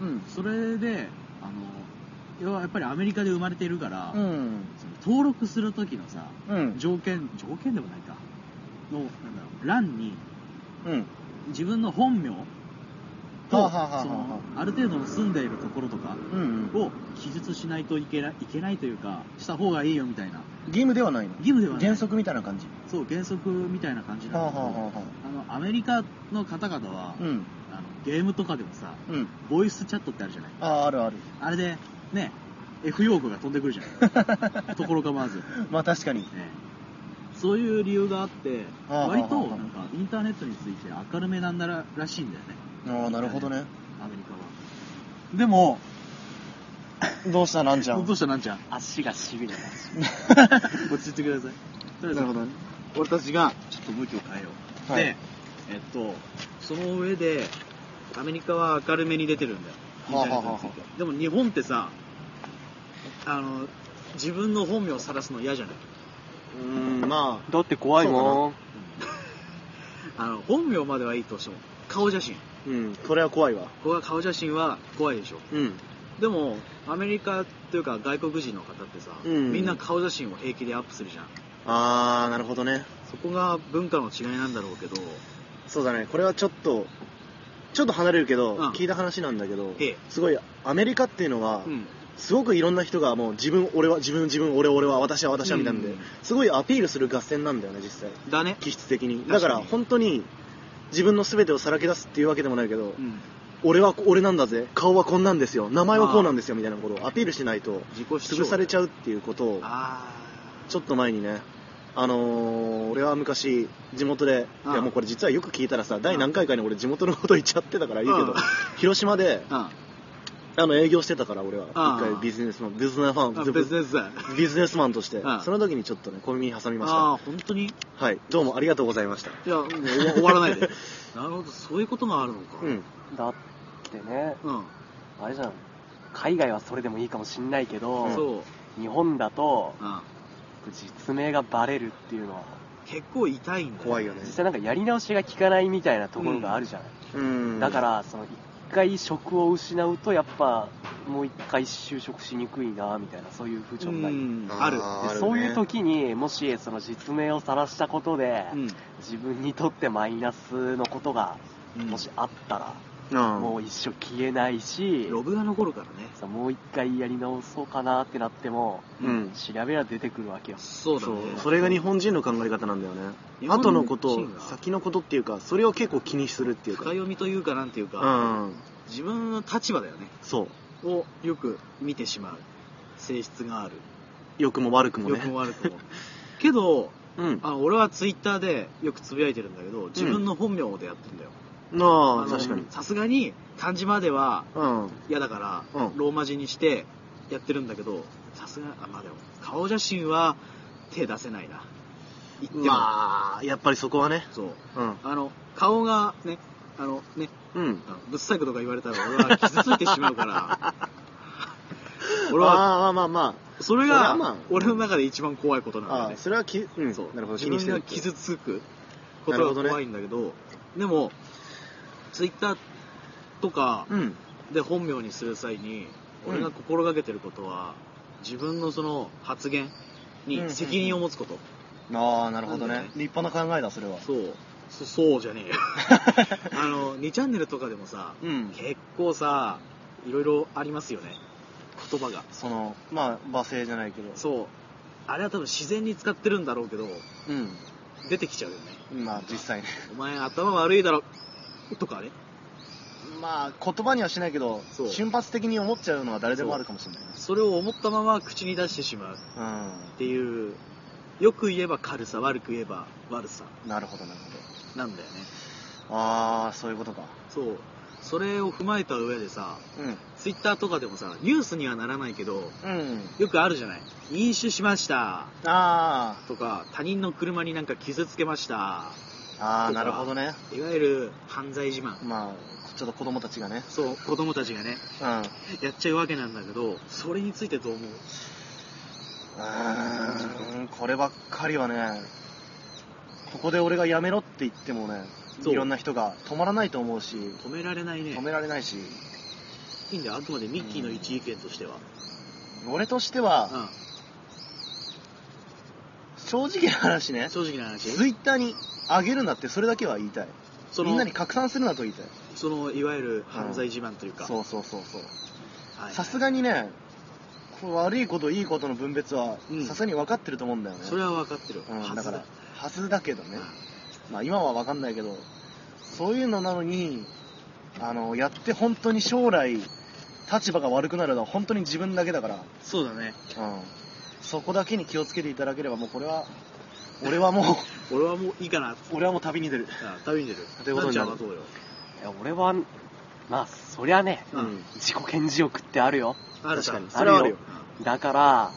[SPEAKER 2] うん。
[SPEAKER 1] それであの要はやっぱりアメリカで生まれているから、
[SPEAKER 2] うん。
[SPEAKER 1] その登録する時のさ
[SPEAKER 2] うん。
[SPEAKER 1] 条件条件でもないかのなんだろう欄に
[SPEAKER 2] うん。
[SPEAKER 1] 自分の本名
[SPEAKER 2] はあ
[SPEAKER 1] と
[SPEAKER 2] はあはあはあ
[SPEAKER 1] そのある程度の住んでいるところとか
[SPEAKER 2] うん。
[SPEAKER 1] を記述しないといけないいけないというかした方がいいよみたいな
[SPEAKER 2] 義務ではないの
[SPEAKER 1] 義務ではない
[SPEAKER 2] 原則みたいな感じ。
[SPEAKER 1] そう原則みたいな感じなんだけど、
[SPEAKER 2] は
[SPEAKER 1] あのアメリカの方々は、
[SPEAKER 2] うん。
[SPEAKER 1] あのゲームとかでもさ
[SPEAKER 2] うん。
[SPEAKER 1] ボイスチャットってあるじゃない
[SPEAKER 2] ああ、ある ある。
[SPEAKER 1] あれでね F 用語が飛んでくるじゃ ないところがまず、ね、
[SPEAKER 2] まあ確かに。
[SPEAKER 1] そういう理由があって
[SPEAKER 2] はあはあはあ
[SPEAKER 1] 割となんかインターネットについて明るめなんだららしいんだよね
[SPEAKER 2] ああ、なるほどね。
[SPEAKER 1] アメリカはでも
[SPEAKER 2] どうしたなんちゃん。
[SPEAKER 1] どうしたなんちゃん
[SPEAKER 3] 足がしびれます
[SPEAKER 1] 落ち着いてくださいとりあえず
[SPEAKER 2] なるほどね。
[SPEAKER 1] 俺たちがちょっと向きを変えよう、
[SPEAKER 2] はい
[SPEAKER 1] でえっとその上でアメリカは明るめに出てるんだよインタ
[SPEAKER 2] はあ
[SPEAKER 1] ーネッ
[SPEAKER 2] は
[SPEAKER 1] ト
[SPEAKER 2] あはあ
[SPEAKER 1] についてでも日本ってさあの自分の本名を晒すの嫌じゃないう
[SPEAKER 2] ーん、ま
[SPEAKER 3] だって怖い
[SPEAKER 2] そ
[SPEAKER 3] もん
[SPEAKER 1] あの本名まではいいとしても顔写真こ
[SPEAKER 3] うん
[SPEAKER 2] あ、これは怖いわ。
[SPEAKER 1] こが顔写真は怖いでしょ
[SPEAKER 3] うん
[SPEAKER 1] でもアメリカというか外国人の方ってさ、
[SPEAKER 2] うん
[SPEAKER 1] みんな顔写真を平気でアップするじゃん
[SPEAKER 2] ああ、なるほどね。
[SPEAKER 1] そこが文化の違いなんだろうけど
[SPEAKER 2] そうだね。これはちょっと、ちょっと離れるけど、
[SPEAKER 1] うん
[SPEAKER 2] 聞いた話なんだけど、
[SPEAKER 1] ええ
[SPEAKER 2] すごい、アメリカっていうのは、
[SPEAKER 1] うん
[SPEAKER 2] すごくいろんな人がもう自分、俺は、自分、自分、俺、俺は、私は、私は、みたいなんで、
[SPEAKER 1] うん
[SPEAKER 2] すごいアピールする合戦なんだよね、実際。
[SPEAKER 1] だね
[SPEAKER 2] 気質的に。
[SPEAKER 1] 確か
[SPEAKER 2] だ
[SPEAKER 1] に
[SPEAKER 2] から、本当に、自分の全てをさらけ出すっていうわけでもないけど、
[SPEAKER 1] うん
[SPEAKER 2] 俺は俺なんだぜ、顔はこんなんですよ、名前はこうなんですよ、みたいなことをアピールしないと、
[SPEAKER 1] 自己主張
[SPEAKER 2] 潰されちゃうっていうことを、
[SPEAKER 1] あ
[SPEAKER 2] ちょっと前にね、あのー、俺は昔、地元で、い
[SPEAKER 1] ああ
[SPEAKER 2] やもうこれ実はよく聞いたらさ、
[SPEAKER 1] あ
[SPEAKER 2] 第何回かに俺 地元のこと言っちゃってたからいいけど
[SPEAKER 1] ああ、
[SPEAKER 2] 広島で、
[SPEAKER 1] あ
[SPEAKER 2] あの、営業してたから俺は、
[SPEAKER 1] ああ
[SPEAKER 2] 一回ビジネスマン、ビジネスマン、
[SPEAKER 1] あ別ですあ
[SPEAKER 2] ビジネスマンとして
[SPEAKER 1] ああ、
[SPEAKER 2] その時にちょっとね、小耳に挟みました。
[SPEAKER 1] あ本当にい
[SPEAKER 2] はい、どうもありがとうございました。
[SPEAKER 1] やもう終わ終 わらないでなるほどそういうこともあるのか
[SPEAKER 2] うん、
[SPEAKER 3] だってね
[SPEAKER 1] うん、
[SPEAKER 3] あれじゃん海外はそれでもいいかもしんないけど、
[SPEAKER 1] そう、うん、
[SPEAKER 3] 日本だと実名がバレるっていうのは
[SPEAKER 1] 結構痛いんだ
[SPEAKER 2] 怖いよ
[SPEAKER 1] ね
[SPEAKER 2] ね
[SPEAKER 3] 実。際なんかやり直しが効かないみたいなところがあるじゃない、
[SPEAKER 2] うん。
[SPEAKER 3] だか、らその一回職を失うとやっぱもう一回就職しにくいなみたいなそういう風潮がある、
[SPEAKER 1] うんある
[SPEAKER 2] あ
[SPEAKER 3] で
[SPEAKER 2] ーね
[SPEAKER 3] そういう時にもしその実名を晒したことで、
[SPEAKER 1] うん
[SPEAKER 3] 自分にとってマイナスのことが
[SPEAKER 1] うん
[SPEAKER 3] もしあったら、
[SPEAKER 2] うん
[SPEAKER 3] もう一生消えないし、
[SPEAKER 1] ログが残るからね
[SPEAKER 3] そうもう一回やり直そうかなってなっても、
[SPEAKER 2] うん
[SPEAKER 3] 調べりゃ出てくるわけよ
[SPEAKER 1] そうだね
[SPEAKER 2] そうそれが日本人の考え方なんだよね
[SPEAKER 1] 日本人が
[SPEAKER 2] 後のことを先のことっていうかそれを結構気にするっていう
[SPEAKER 1] 深
[SPEAKER 2] か
[SPEAKER 1] 読みというかなんていうか、
[SPEAKER 2] うん
[SPEAKER 1] 自分の立場だよね
[SPEAKER 2] そう
[SPEAKER 1] をよく見てしまう性質がある
[SPEAKER 2] 良くも悪くも
[SPEAKER 1] 良
[SPEAKER 2] ね
[SPEAKER 1] くも悪くもけど
[SPEAKER 2] うん
[SPEAKER 1] あ俺はツイッターでよくつぶやいてるんだけど自分の本名でやってんだよ、
[SPEAKER 2] あ
[SPEAKER 1] あ
[SPEAKER 2] あ
[SPEAKER 1] の
[SPEAKER 2] 確かに
[SPEAKER 1] さすがに漢字までは
[SPEAKER 2] うん
[SPEAKER 1] 嫌だから、
[SPEAKER 2] うん
[SPEAKER 1] ローマ字にしてやってるんだけどさすがあまあでも顔写真は手出せないな言っても、
[SPEAKER 2] まあやっぱりそこはね
[SPEAKER 1] そう
[SPEAKER 2] うん
[SPEAKER 1] あの顔がねあのね
[SPEAKER 2] うん
[SPEAKER 1] あのぶっさいことか言われたら俺は傷ついてしまうから 俺は
[SPEAKER 2] はまあまあま
[SPEAKER 1] それ
[SPEAKER 2] それ
[SPEAKER 1] が
[SPEAKER 2] はまあ
[SPEAKER 1] 俺の中で一番怖いことなんだ
[SPEAKER 2] あ
[SPEAKER 1] よ
[SPEAKER 2] あ
[SPEAKER 1] ね
[SPEAKER 2] ーそれはきうん
[SPEAKER 1] そう
[SPEAKER 2] なるほど
[SPEAKER 1] 自
[SPEAKER 2] 気に
[SPEAKER 1] 分
[SPEAKER 2] して
[SPEAKER 1] が
[SPEAKER 2] る
[SPEAKER 1] 傷つくこ
[SPEAKER 2] なるほ
[SPEAKER 1] と
[SPEAKER 2] ど
[SPEAKER 1] が
[SPEAKER 2] ね
[SPEAKER 1] 怖いんだけどでもツイッターとか
[SPEAKER 2] うん
[SPEAKER 1] で本名にする際に
[SPEAKER 2] うん
[SPEAKER 1] 俺が心がけてることは自分のその発言に責任を持つこと、
[SPEAKER 2] ああなる
[SPEAKER 1] ほどね
[SPEAKER 2] 立派な考えだそれは
[SPEAKER 1] そうそそうじゃね えよあの2チャンネルとかでもさ、
[SPEAKER 3] うん
[SPEAKER 1] 結構さいろいろありますよね言葉が
[SPEAKER 2] そのまあ罵声じゃないけど
[SPEAKER 1] そうあれは多分自然に使ってるんだろうけど
[SPEAKER 2] う
[SPEAKER 1] 出てきちゃうよね
[SPEAKER 2] んまあ実際ね
[SPEAKER 1] お前頭悪いだろとかね
[SPEAKER 2] まあ言葉にはしないけど
[SPEAKER 1] そう
[SPEAKER 2] 瞬発的に思っちゃうのは誰でもあるかもしれない
[SPEAKER 1] それを思ったまま口に出してしまうっ
[SPEAKER 2] ね
[SPEAKER 1] ていうよく言えば軽さ悪く言えば悪さ
[SPEAKER 2] うんなるほどなるほ
[SPEAKER 1] なんだよね
[SPEAKER 2] どああそういうことか
[SPEAKER 1] そうそれを踏まえた上でさ
[SPEAKER 2] うん
[SPEAKER 1] ツイッターとかでもさニュースにはならないけど
[SPEAKER 2] うん
[SPEAKER 1] よくあるじゃない飲酒しました
[SPEAKER 2] あ
[SPEAKER 1] とか他人の車になんか傷つけました
[SPEAKER 2] ーあーなるほどね
[SPEAKER 1] いわゆる犯罪自慢
[SPEAKER 2] まあちょっと子供たちがね
[SPEAKER 1] そう子供たちがね
[SPEAKER 2] うん
[SPEAKER 1] やっちゃうわけなんだけどそれについてどう思う
[SPEAKER 2] うーんこればっかりはねここで俺がやめろって言ってもね
[SPEAKER 1] そう
[SPEAKER 2] いろんな人が止まらないと思うし
[SPEAKER 1] 止められないね
[SPEAKER 2] 止められないし
[SPEAKER 1] いいんだよあくまでミッキーの一意見としては
[SPEAKER 2] 俺としては
[SPEAKER 1] う
[SPEAKER 2] 正直な話ね
[SPEAKER 1] ん正直な話
[SPEAKER 2] ツイッターに上げるなってそれだけは言いたい
[SPEAKER 1] その
[SPEAKER 2] みんなに拡散するなと言いたい
[SPEAKER 1] そのいわゆる犯罪自慢というか
[SPEAKER 2] そうそうそうそう
[SPEAKER 1] はい
[SPEAKER 2] さすがにねこう悪いこといいことの分別は
[SPEAKER 1] うん
[SPEAKER 2] さすがに分かってると思うんだよね
[SPEAKER 1] それは分かってる
[SPEAKER 2] うん、
[SPEAKER 1] は
[SPEAKER 2] だ
[SPEAKER 1] ず
[SPEAKER 2] から
[SPEAKER 1] だ
[SPEAKER 2] はずだけどね、
[SPEAKER 1] うん
[SPEAKER 2] まあ、今は分かんないけどそういうのなのにあのやって本当に将来立場が悪くなるのは本当に自分だけだから、
[SPEAKER 1] そうだね
[SPEAKER 2] うん、そこだけに気をつけていただければもうこれは俺はも
[SPEAKER 1] 俺はもういいかな
[SPEAKER 2] う 俺はもう旅に出る
[SPEAKER 1] あ旅に出る
[SPEAKER 2] というこ
[SPEAKER 1] なん
[SPEAKER 2] とに
[SPEAKER 1] ちゃ
[SPEAKER 2] なんる
[SPEAKER 1] はどうよ
[SPEAKER 3] いや俺はまあそりゃね
[SPEAKER 1] うん
[SPEAKER 3] 自己顕示欲ってあるよ
[SPEAKER 1] あるさ
[SPEAKER 3] 確かに
[SPEAKER 1] それはあるよ
[SPEAKER 3] だから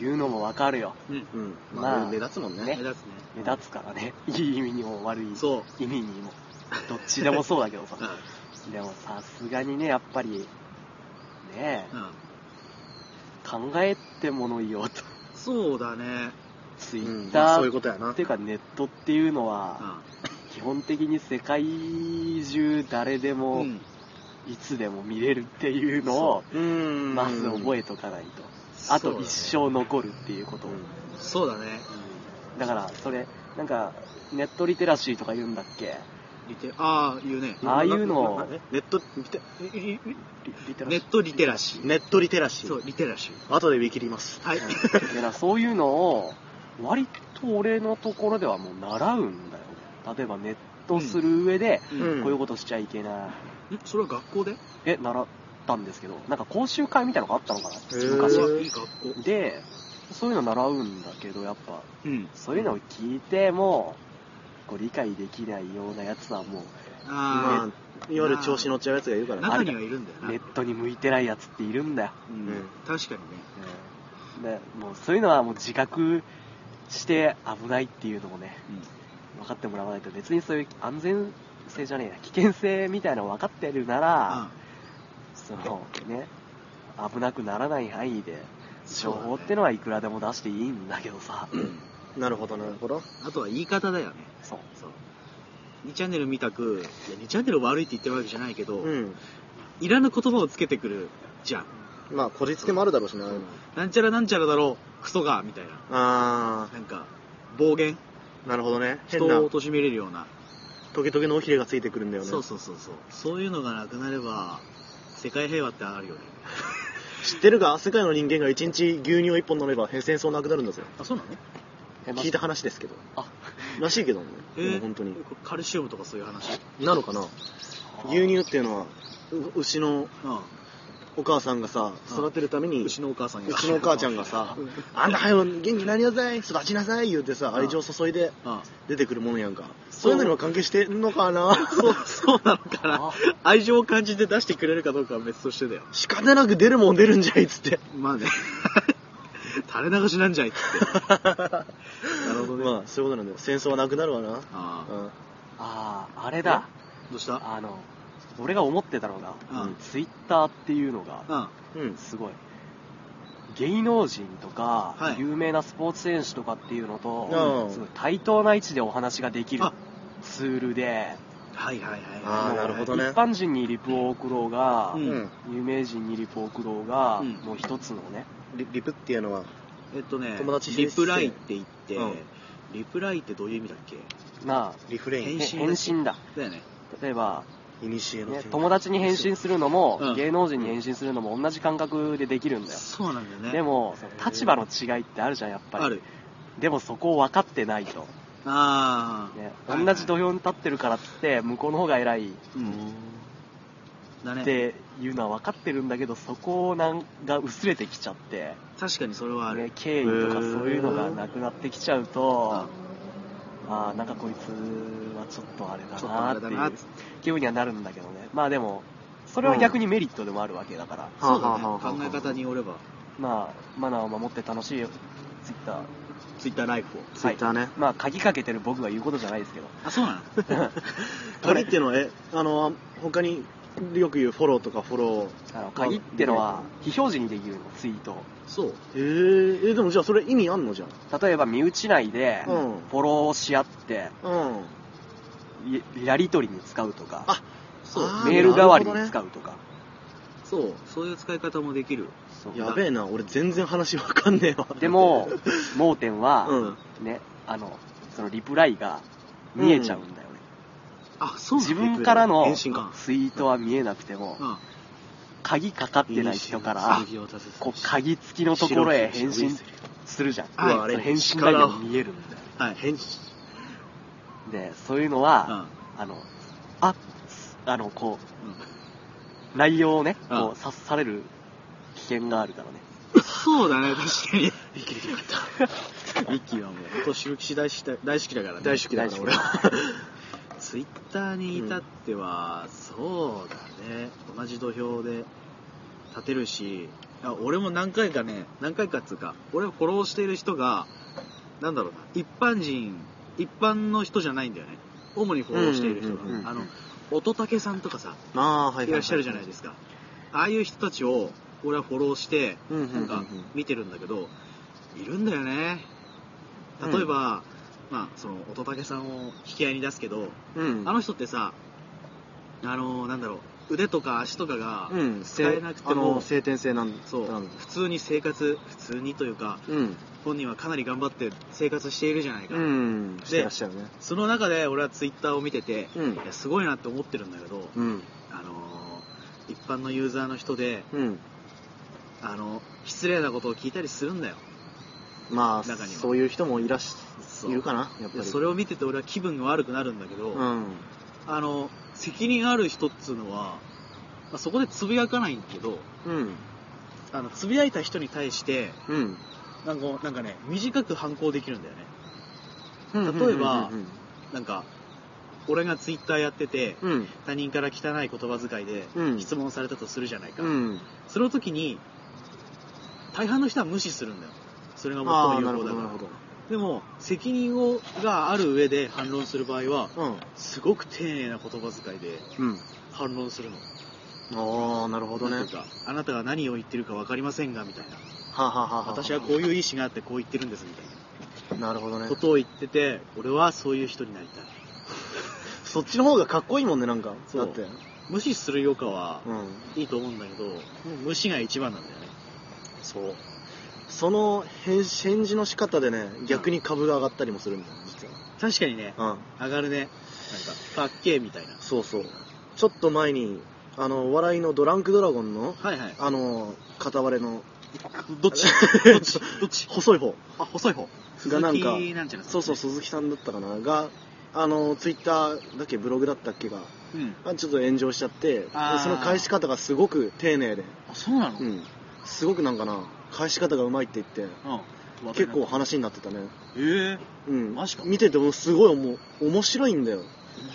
[SPEAKER 3] 言うのもわかるよ
[SPEAKER 1] うん
[SPEAKER 2] うん
[SPEAKER 3] まあ
[SPEAKER 2] 目立つもんね
[SPEAKER 1] 目
[SPEAKER 3] ね
[SPEAKER 1] 立つね
[SPEAKER 3] 目立つからねいい意味にも悪い
[SPEAKER 1] そう
[SPEAKER 3] 意味にもどっちでもそうだけど さ
[SPEAKER 1] うん
[SPEAKER 3] でもさすがにねやっぱりねえ
[SPEAKER 1] うん
[SPEAKER 3] 考えてもの言おうと
[SPEAKER 1] そうだね
[SPEAKER 3] ツイ
[SPEAKER 2] うん
[SPEAKER 3] ッ
[SPEAKER 2] まあ
[SPEAKER 3] タ
[SPEAKER 2] そういう
[SPEAKER 3] ー
[SPEAKER 2] ことやな
[SPEAKER 3] っていうかネットっていうのは基本的に世界中誰で
[SPEAKER 1] う
[SPEAKER 3] も
[SPEAKER 1] ん
[SPEAKER 3] いつでも見れるっていうのを
[SPEAKER 2] うん
[SPEAKER 3] まず覚
[SPEAKER 2] え
[SPEAKER 3] えとかないとあと一生残るっていうことを
[SPEAKER 1] そうだね
[SPEAKER 3] だからそれなんかネットリテラシーとか言うんだっけ
[SPEAKER 1] リテああいうね
[SPEAKER 3] ああいうのを
[SPEAKER 1] なななネットリテえええ
[SPEAKER 3] リリテラシ
[SPEAKER 1] ネ
[SPEAKER 3] ー
[SPEAKER 1] ットリテラシー
[SPEAKER 2] ネットリテラシー
[SPEAKER 1] そうリテラシー
[SPEAKER 2] 後で見切ります
[SPEAKER 1] はい
[SPEAKER 3] だからそういうのを割と俺のところではもう習うんだよね例えばネットする上で
[SPEAKER 1] う
[SPEAKER 2] うんん、
[SPEAKER 3] こういうことしちゃいけない、
[SPEAKER 1] んそれは学校で
[SPEAKER 3] え習ったんですけどなんか講習会みたいなのがあったのかな
[SPEAKER 2] ー
[SPEAKER 3] 昔は
[SPEAKER 1] うわいい学校
[SPEAKER 3] でそういうの習うんだけどやっぱ
[SPEAKER 1] うん
[SPEAKER 3] そういうのを聞いてもこう理解できないようなやつはも
[SPEAKER 1] あ
[SPEAKER 2] まあいわゆる調子乗っちゃうやつがいるか
[SPEAKER 1] あ
[SPEAKER 2] らね
[SPEAKER 1] 中にはいるんだよ
[SPEAKER 3] うネッ
[SPEAKER 1] な
[SPEAKER 3] トに向いてないやつっているんだよ、
[SPEAKER 2] うん
[SPEAKER 1] 確かにね
[SPEAKER 3] でもうそういうのはもう自覚して危ないっていうのもね分かってもらわないと別にそういう安全性じゃねえな危険性みたいなの分かってるなら、そのね危なくならない範囲で情報ってのはいくらでも出していいんだけどさ
[SPEAKER 2] なるほどなるほど
[SPEAKER 1] うんあとは言い方だよね
[SPEAKER 3] そう
[SPEAKER 1] そう2チャンネル見たくいや2チャンネル悪いって言ってるわけじゃないけど
[SPEAKER 2] うん
[SPEAKER 1] いらぬ言葉をつけてくるじゃん
[SPEAKER 2] まあこじつけもあるだろうしな
[SPEAKER 1] なんちゃらなんちゃらだろうクソがみたいな
[SPEAKER 2] あ
[SPEAKER 1] なんか暴言
[SPEAKER 2] あなるほどね
[SPEAKER 1] 人
[SPEAKER 2] 変な
[SPEAKER 1] を貶めれるような
[SPEAKER 2] トゲトゲの尾ひれがついてくるんだよね
[SPEAKER 1] そうそうそうそうそういうのがなくなれば世界平和ってあるよね
[SPEAKER 2] 知ってるが世界の人間が一日牛乳を一本飲めばへ戦争なくなるんだぜ
[SPEAKER 1] あそうなの
[SPEAKER 3] えま
[SPEAKER 2] 聞いた話ですけど
[SPEAKER 3] あ
[SPEAKER 2] らしいけどね
[SPEAKER 1] え
[SPEAKER 2] でも本当に
[SPEAKER 1] カルシウムとかそういう話
[SPEAKER 2] なのかな牛乳っていうのはう牛の
[SPEAKER 1] う
[SPEAKER 2] お母さんがさ
[SPEAKER 1] うん
[SPEAKER 2] 育てるために
[SPEAKER 1] ん
[SPEAKER 2] う
[SPEAKER 1] う
[SPEAKER 2] ち
[SPEAKER 1] ちのお母さんが
[SPEAKER 2] のお母ちゃんがさ
[SPEAKER 1] うん
[SPEAKER 2] 「あんた早よ元気になりなさい育ちなさい」言うてさ愛情注いで
[SPEAKER 1] うん
[SPEAKER 2] 出てくるものやんか
[SPEAKER 1] そ
[SPEAKER 2] そうういうのには関係してんのかな
[SPEAKER 1] そうそうなのかな
[SPEAKER 3] あ
[SPEAKER 1] 愛情を感じて出してくれるかどうかは別としてだよ
[SPEAKER 2] 仕方なく出るもん出るんじゃいっつって
[SPEAKER 1] まあね 垂れ流しなんじゃいっつってなるほどね
[SPEAKER 2] まあそういうことなんだよ戦争はなくなるわな
[SPEAKER 1] ああ
[SPEAKER 2] うん
[SPEAKER 3] あああれだ
[SPEAKER 1] どうしたうん
[SPEAKER 3] あの俺が思ってたのが、
[SPEAKER 1] うん
[SPEAKER 3] ツイッターっていうのが
[SPEAKER 1] あ
[SPEAKER 2] うん
[SPEAKER 3] すごい芸能人とか、
[SPEAKER 1] はい
[SPEAKER 3] 有名なスポーツ選手とかっていうのと、
[SPEAKER 2] うん
[SPEAKER 3] すごい対等な位置でお話ができる
[SPEAKER 1] あ
[SPEAKER 3] ツールで
[SPEAKER 1] はいはいはい
[SPEAKER 2] あ
[SPEAKER 1] は
[SPEAKER 2] あ
[SPEAKER 1] い
[SPEAKER 2] なるほどね
[SPEAKER 3] 一般人にリプを送ろうが、
[SPEAKER 1] うん
[SPEAKER 3] 有名人にリプを送ろうが、
[SPEAKER 1] うん
[SPEAKER 3] もう一つのね
[SPEAKER 2] リリプっていうのは
[SPEAKER 1] えっとね
[SPEAKER 2] 友達
[SPEAKER 1] リ
[SPEAKER 2] 申請
[SPEAKER 1] プライって言って、
[SPEAKER 2] うんリプライってどういう意味だっけ
[SPEAKER 3] ま
[SPEAKER 2] リフレイン
[SPEAKER 3] あ
[SPEAKER 1] 返信
[SPEAKER 3] 返信だ
[SPEAKER 1] だよね
[SPEAKER 3] 例えば、
[SPEAKER 2] いにしえの
[SPEAKER 3] ね
[SPEAKER 2] 天、国
[SPEAKER 3] 友達に返信するのも、
[SPEAKER 1] うん
[SPEAKER 3] 芸能人に返信するのも同じ感覚でできるんだよ
[SPEAKER 2] そうなんだよね
[SPEAKER 3] でもその立場の違いってあるじゃんやっぱり
[SPEAKER 2] ある
[SPEAKER 3] でもそこを分かってないと、
[SPEAKER 2] あ
[SPEAKER 3] ね、
[SPEAKER 2] はいはい
[SPEAKER 3] 同じ土俵に立ってるからっつって向こうの方が偉いっ
[SPEAKER 2] あうんだね
[SPEAKER 3] ていうのは分かってるんだけどそこなんが薄れてきちゃって、
[SPEAKER 2] 確かにそれはある
[SPEAKER 3] ね、敬意とか
[SPEAKER 2] へー
[SPEAKER 3] そういうのがなくなってきちゃうとああなんかこいつはちょっとあれだ
[SPEAKER 2] ちょっとあ
[SPEAKER 3] な
[SPEAKER 2] れ
[SPEAKER 3] って
[SPEAKER 2] だ
[SPEAKER 3] い
[SPEAKER 2] な
[SPEAKER 3] う気分にはなるんだけどねまあでもそれは逆にメリットでもあるわけだから、
[SPEAKER 2] そうだね
[SPEAKER 1] はあはあはあ
[SPEAKER 2] 考え方によれば
[SPEAKER 3] まあマナーを守って楽しいツイッター
[SPEAKER 2] ツイッターライフを
[SPEAKER 3] ツイッタ
[SPEAKER 2] ーね
[SPEAKER 3] まあ鍵かけてる僕が言うことじゃないですけど
[SPEAKER 1] あそうなの
[SPEAKER 2] 鍵ってのはえあの他によく言うフォローとかフォロー
[SPEAKER 3] あの鍵ってのは非表示にできるのツイートを
[SPEAKER 2] そうへええでもじゃあそれ意味あんのじゃん
[SPEAKER 3] 例えば身内内でフ
[SPEAKER 2] うん
[SPEAKER 3] ォローし合って
[SPEAKER 2] うん
[SPEAKER 3] いやり取りに使うとか
[SPEAKER 2] あそう
[SPEAKER 3] メール代わりに
[SPEAKER 2] う
[SPEAKER 3] 使うとか、
[SPEAKER 2] そう
[SPEAKER 1] そういう使い方もできる
[SPEAKER 3] そう
[SPEAKER 2] やべえな俺全然話わかんねえわ
[SPEAKER 3] でも盲点は、
[SPEAKER 2] うん
[SPEAKER 3] ねあのそのリプライが見えちゃうんだよね、
[SPEAKER 2] あそう
[SPEAKER 3] 自分からの
[SPEAKER 2] 返
[SPEAKER 3] ツイ
[SPEAKER 2] 信か
[SPEAKER 3] ートは見えなくても、
[SPEAKER 1] うん
[SPEAKER 3] 鍵かかってない人からこう鍵付きのところへ返信するじゃん、
[SPEAKER 2] はい
[SPEAKER 3] その
[SPEAKER 2] あれ
[SPEAKER 3] 返信だけど見えるんだよ
[SPEAKER 2] はい返信
[SPEAKER 3] でそういうのは、
[SPEAKER 1] うん
[SPEAKER 3] あの、あ、あの、こ
[SPEAKER 1] うん
[SPEAKER 3] う、内容をね、
[SPEAKER 1] うん
[SPEAKER 3] こう、察される危険があるからね。
[SPEAKER 1] そうだね確か に
[SPEAKER 2] 生きてきなかった。ミッキーはもう、本当周期大好きだ大好きだからね。大好き
[SPEAKER 3] だから俺
[SPEAKER 2] は。
[SPEAKER 1] ツイッターに至っては、そうだね同じ土俵で立てるしあ俺も何回かね何回かっつうか俺をフォローしている人がなんだろうな一般人一般の人じゃないんだよね主にフォローしている人が、
[SPEAKER 2] うんうんうんうん
[SPEAKER 1] あの乙武さんとかさ
[SPEAKER 2] ああ、はい。
[SPEAKER 1] いらっしゃるじゃない
[SPEAKER 2] す
[SPEAKER 1] ですかああいう人たちを俺はフォローして
[SPEAKER 2] か。うん、
[SPEAKER 1] なんか見てるんだけど、いるんだよね。例えば、まあ、その、乙武さんを引き合いに出すけど、
[SPEAKER 2] うん
[SPEAKER 1] あの人ってさ、あの、なんだろう、腕とか足とかが、
[SPEAKER 2] うん、
[SPEAKER 1] 使えなくても
[SPEAKER 2] あの、晴天性なん
[SPEAKER 1] そう
[SPEAKER 2] なんだ
[SPEAKER 1] 普通に生活、普通にというか、
[SPEAKER 2] うん。
[SPEAKER 1] 本人はかなり頑張って生活しているじゃないか。
[SPEAKER 2] うん。してらっしゃるね。
[SPEAKER 1] その中で俺はツイッターを見てて、
[SPEAKER 2] うん
[SPEAKER 1] いやすごいなって思ってるんだけど、
[SPEAKER 2] うん。
[SPEAKER 1] あの一般のユーザーの人で、
[SPEAKER 2] うん。
[SPEAKER 1] あの失礼なことを聞いたりするんだよ。
[SPEAKER 2] まあ、
[SPEAKER 1] 中には
[SPEAKER 2] そういう人もいらし、
[SPEAKER 1] そう
[SPEAKER 2] いるかな、やっ
[SPEAKER 1] で
[SPEAKER 2] ぱり。
[SPEAKER 1] それを見てて俺は気分が悪くなるんだけど、
[SPEAKER 2] うん。
[SPEAKER 1] あの責任ある人っつうのは、まあそこでつぶやかないんだけど
[SPEAKER 2] うん。
[SPEAKER 1] あのつぶやいた人に対して
[SPEAKER 2] うん。
[SPEAKER 1] なんかこうなんかね短く反抗できるんだよね
[SPEAKER 2] うん
[SPEAKER 1] 例えば
[SPEAKER 2] うん
[SPEAKER 1] なんか俺がツイッターやってて
[SPEAKER 2] うん。
[SPEAKER 1] 他人から汚い言葉遣いで
[SPEAKER 2] うん
[SPEAKER 1] 質問されたとするじゃないか、
[SPEAKER 2] うん。
[SPEAKER 1] その時に大半の人は無視するんだよそれが
[SPEAKER 2] ああ、
[SPEAKER 1] 最も
[SPEAKER 2] なる
[SPEAKER 1] 有効
[SPEAKER 2] ほ
[SPEAKER 1] だ
[SPEAKER 2] ど、
[SPEAKER 1] か
[SPEAKER 2] なる
[SPEAKER 1] ら
[SPEAKER 2] ほど。
[SPEAKER 1] でも責任をがある上で反論する場合は
[SPEAKER 2] うん。
[SPEAKER 1] すごく丁寧な言葉遣いで
[SPEAKER 2] うん。
[SPEAKER 1] 反論するの
[SPEAKER 2] ああ、なるほどね。
[SPEAKER 1] な
[SPEAKER 2] は
[SPEAKER 1] んていうかあなたが何を言ってるか分かりませんがみたいな
[SPEAKER 2] あはあはあはあ
[SPEAKER 1] 私はこういう意思があってこう言ってるんですみたい
[SPEAKER 2] なるほどね
[SPEAKER 1] なこ。とを言ってて俺はそういう人になりたい
[SPEAKER 2] そっちの方がかっこいいもんね、なんか。
[SPEAKER 1] そ
[SPEAKER 2] だ
[SPEAKER 1] う
[SPEAKER 2] って。
[SPEAKER 1] 無視するよかは
[SPEAKER 2] うん。
[SPEAKER 1] いいと思うんだけどもう無視が一番なんだよね
[SPEAKER 2] そう。その返返事の仕方でね、逆に株が上がったりもするんだよ、実
[SPEAKER 1] 確かにね
[SPEAKER 2] は。うん。
[SPEAKER 1] 上がるねなんかかっけーみたいな
[SPEAKER 2] そうそう。ちょっと前に、あの、お笑いのドランクドラゴンの、
[SPEAKER 1] はいはい
[SPEAKER 2] あの、片割れ の、
[SPEAKER 1] どっちどっちどっち
[SPEAKER 2] 細い方。
[SPEAKER 1] あ細い方
[SPEAKER 2] がなんか
[SPEAKER 1] 鈴木なんちゃらさん
[SPEAKER 2] そうそう、鈴木さんだったかな、が、あの、ツイッターだっけ、ブログだったっけが、
[SPEAKER 1] うん
[SPEAKER 2] あちょっと炎上しちゃって、で
[SPEAKER 1] あー
[SPEAKER 2] その返し方がすごく丁寧で、
[SPEAKER 1] あそうなの
[SPEAKER 2] う
[SPEAKER 1] うん
[SPEAKER 2] ん。すごくなんかな、返し方がうまいって言って、結構話になってたね。
[SPEAKER 1] ええ
[SPEAKER 2] うん。
[SPEAKER 1] マジか
[SPEAKER 2] 見ててもすごいおも面白いんだよ。
[SPEAKER 1] 面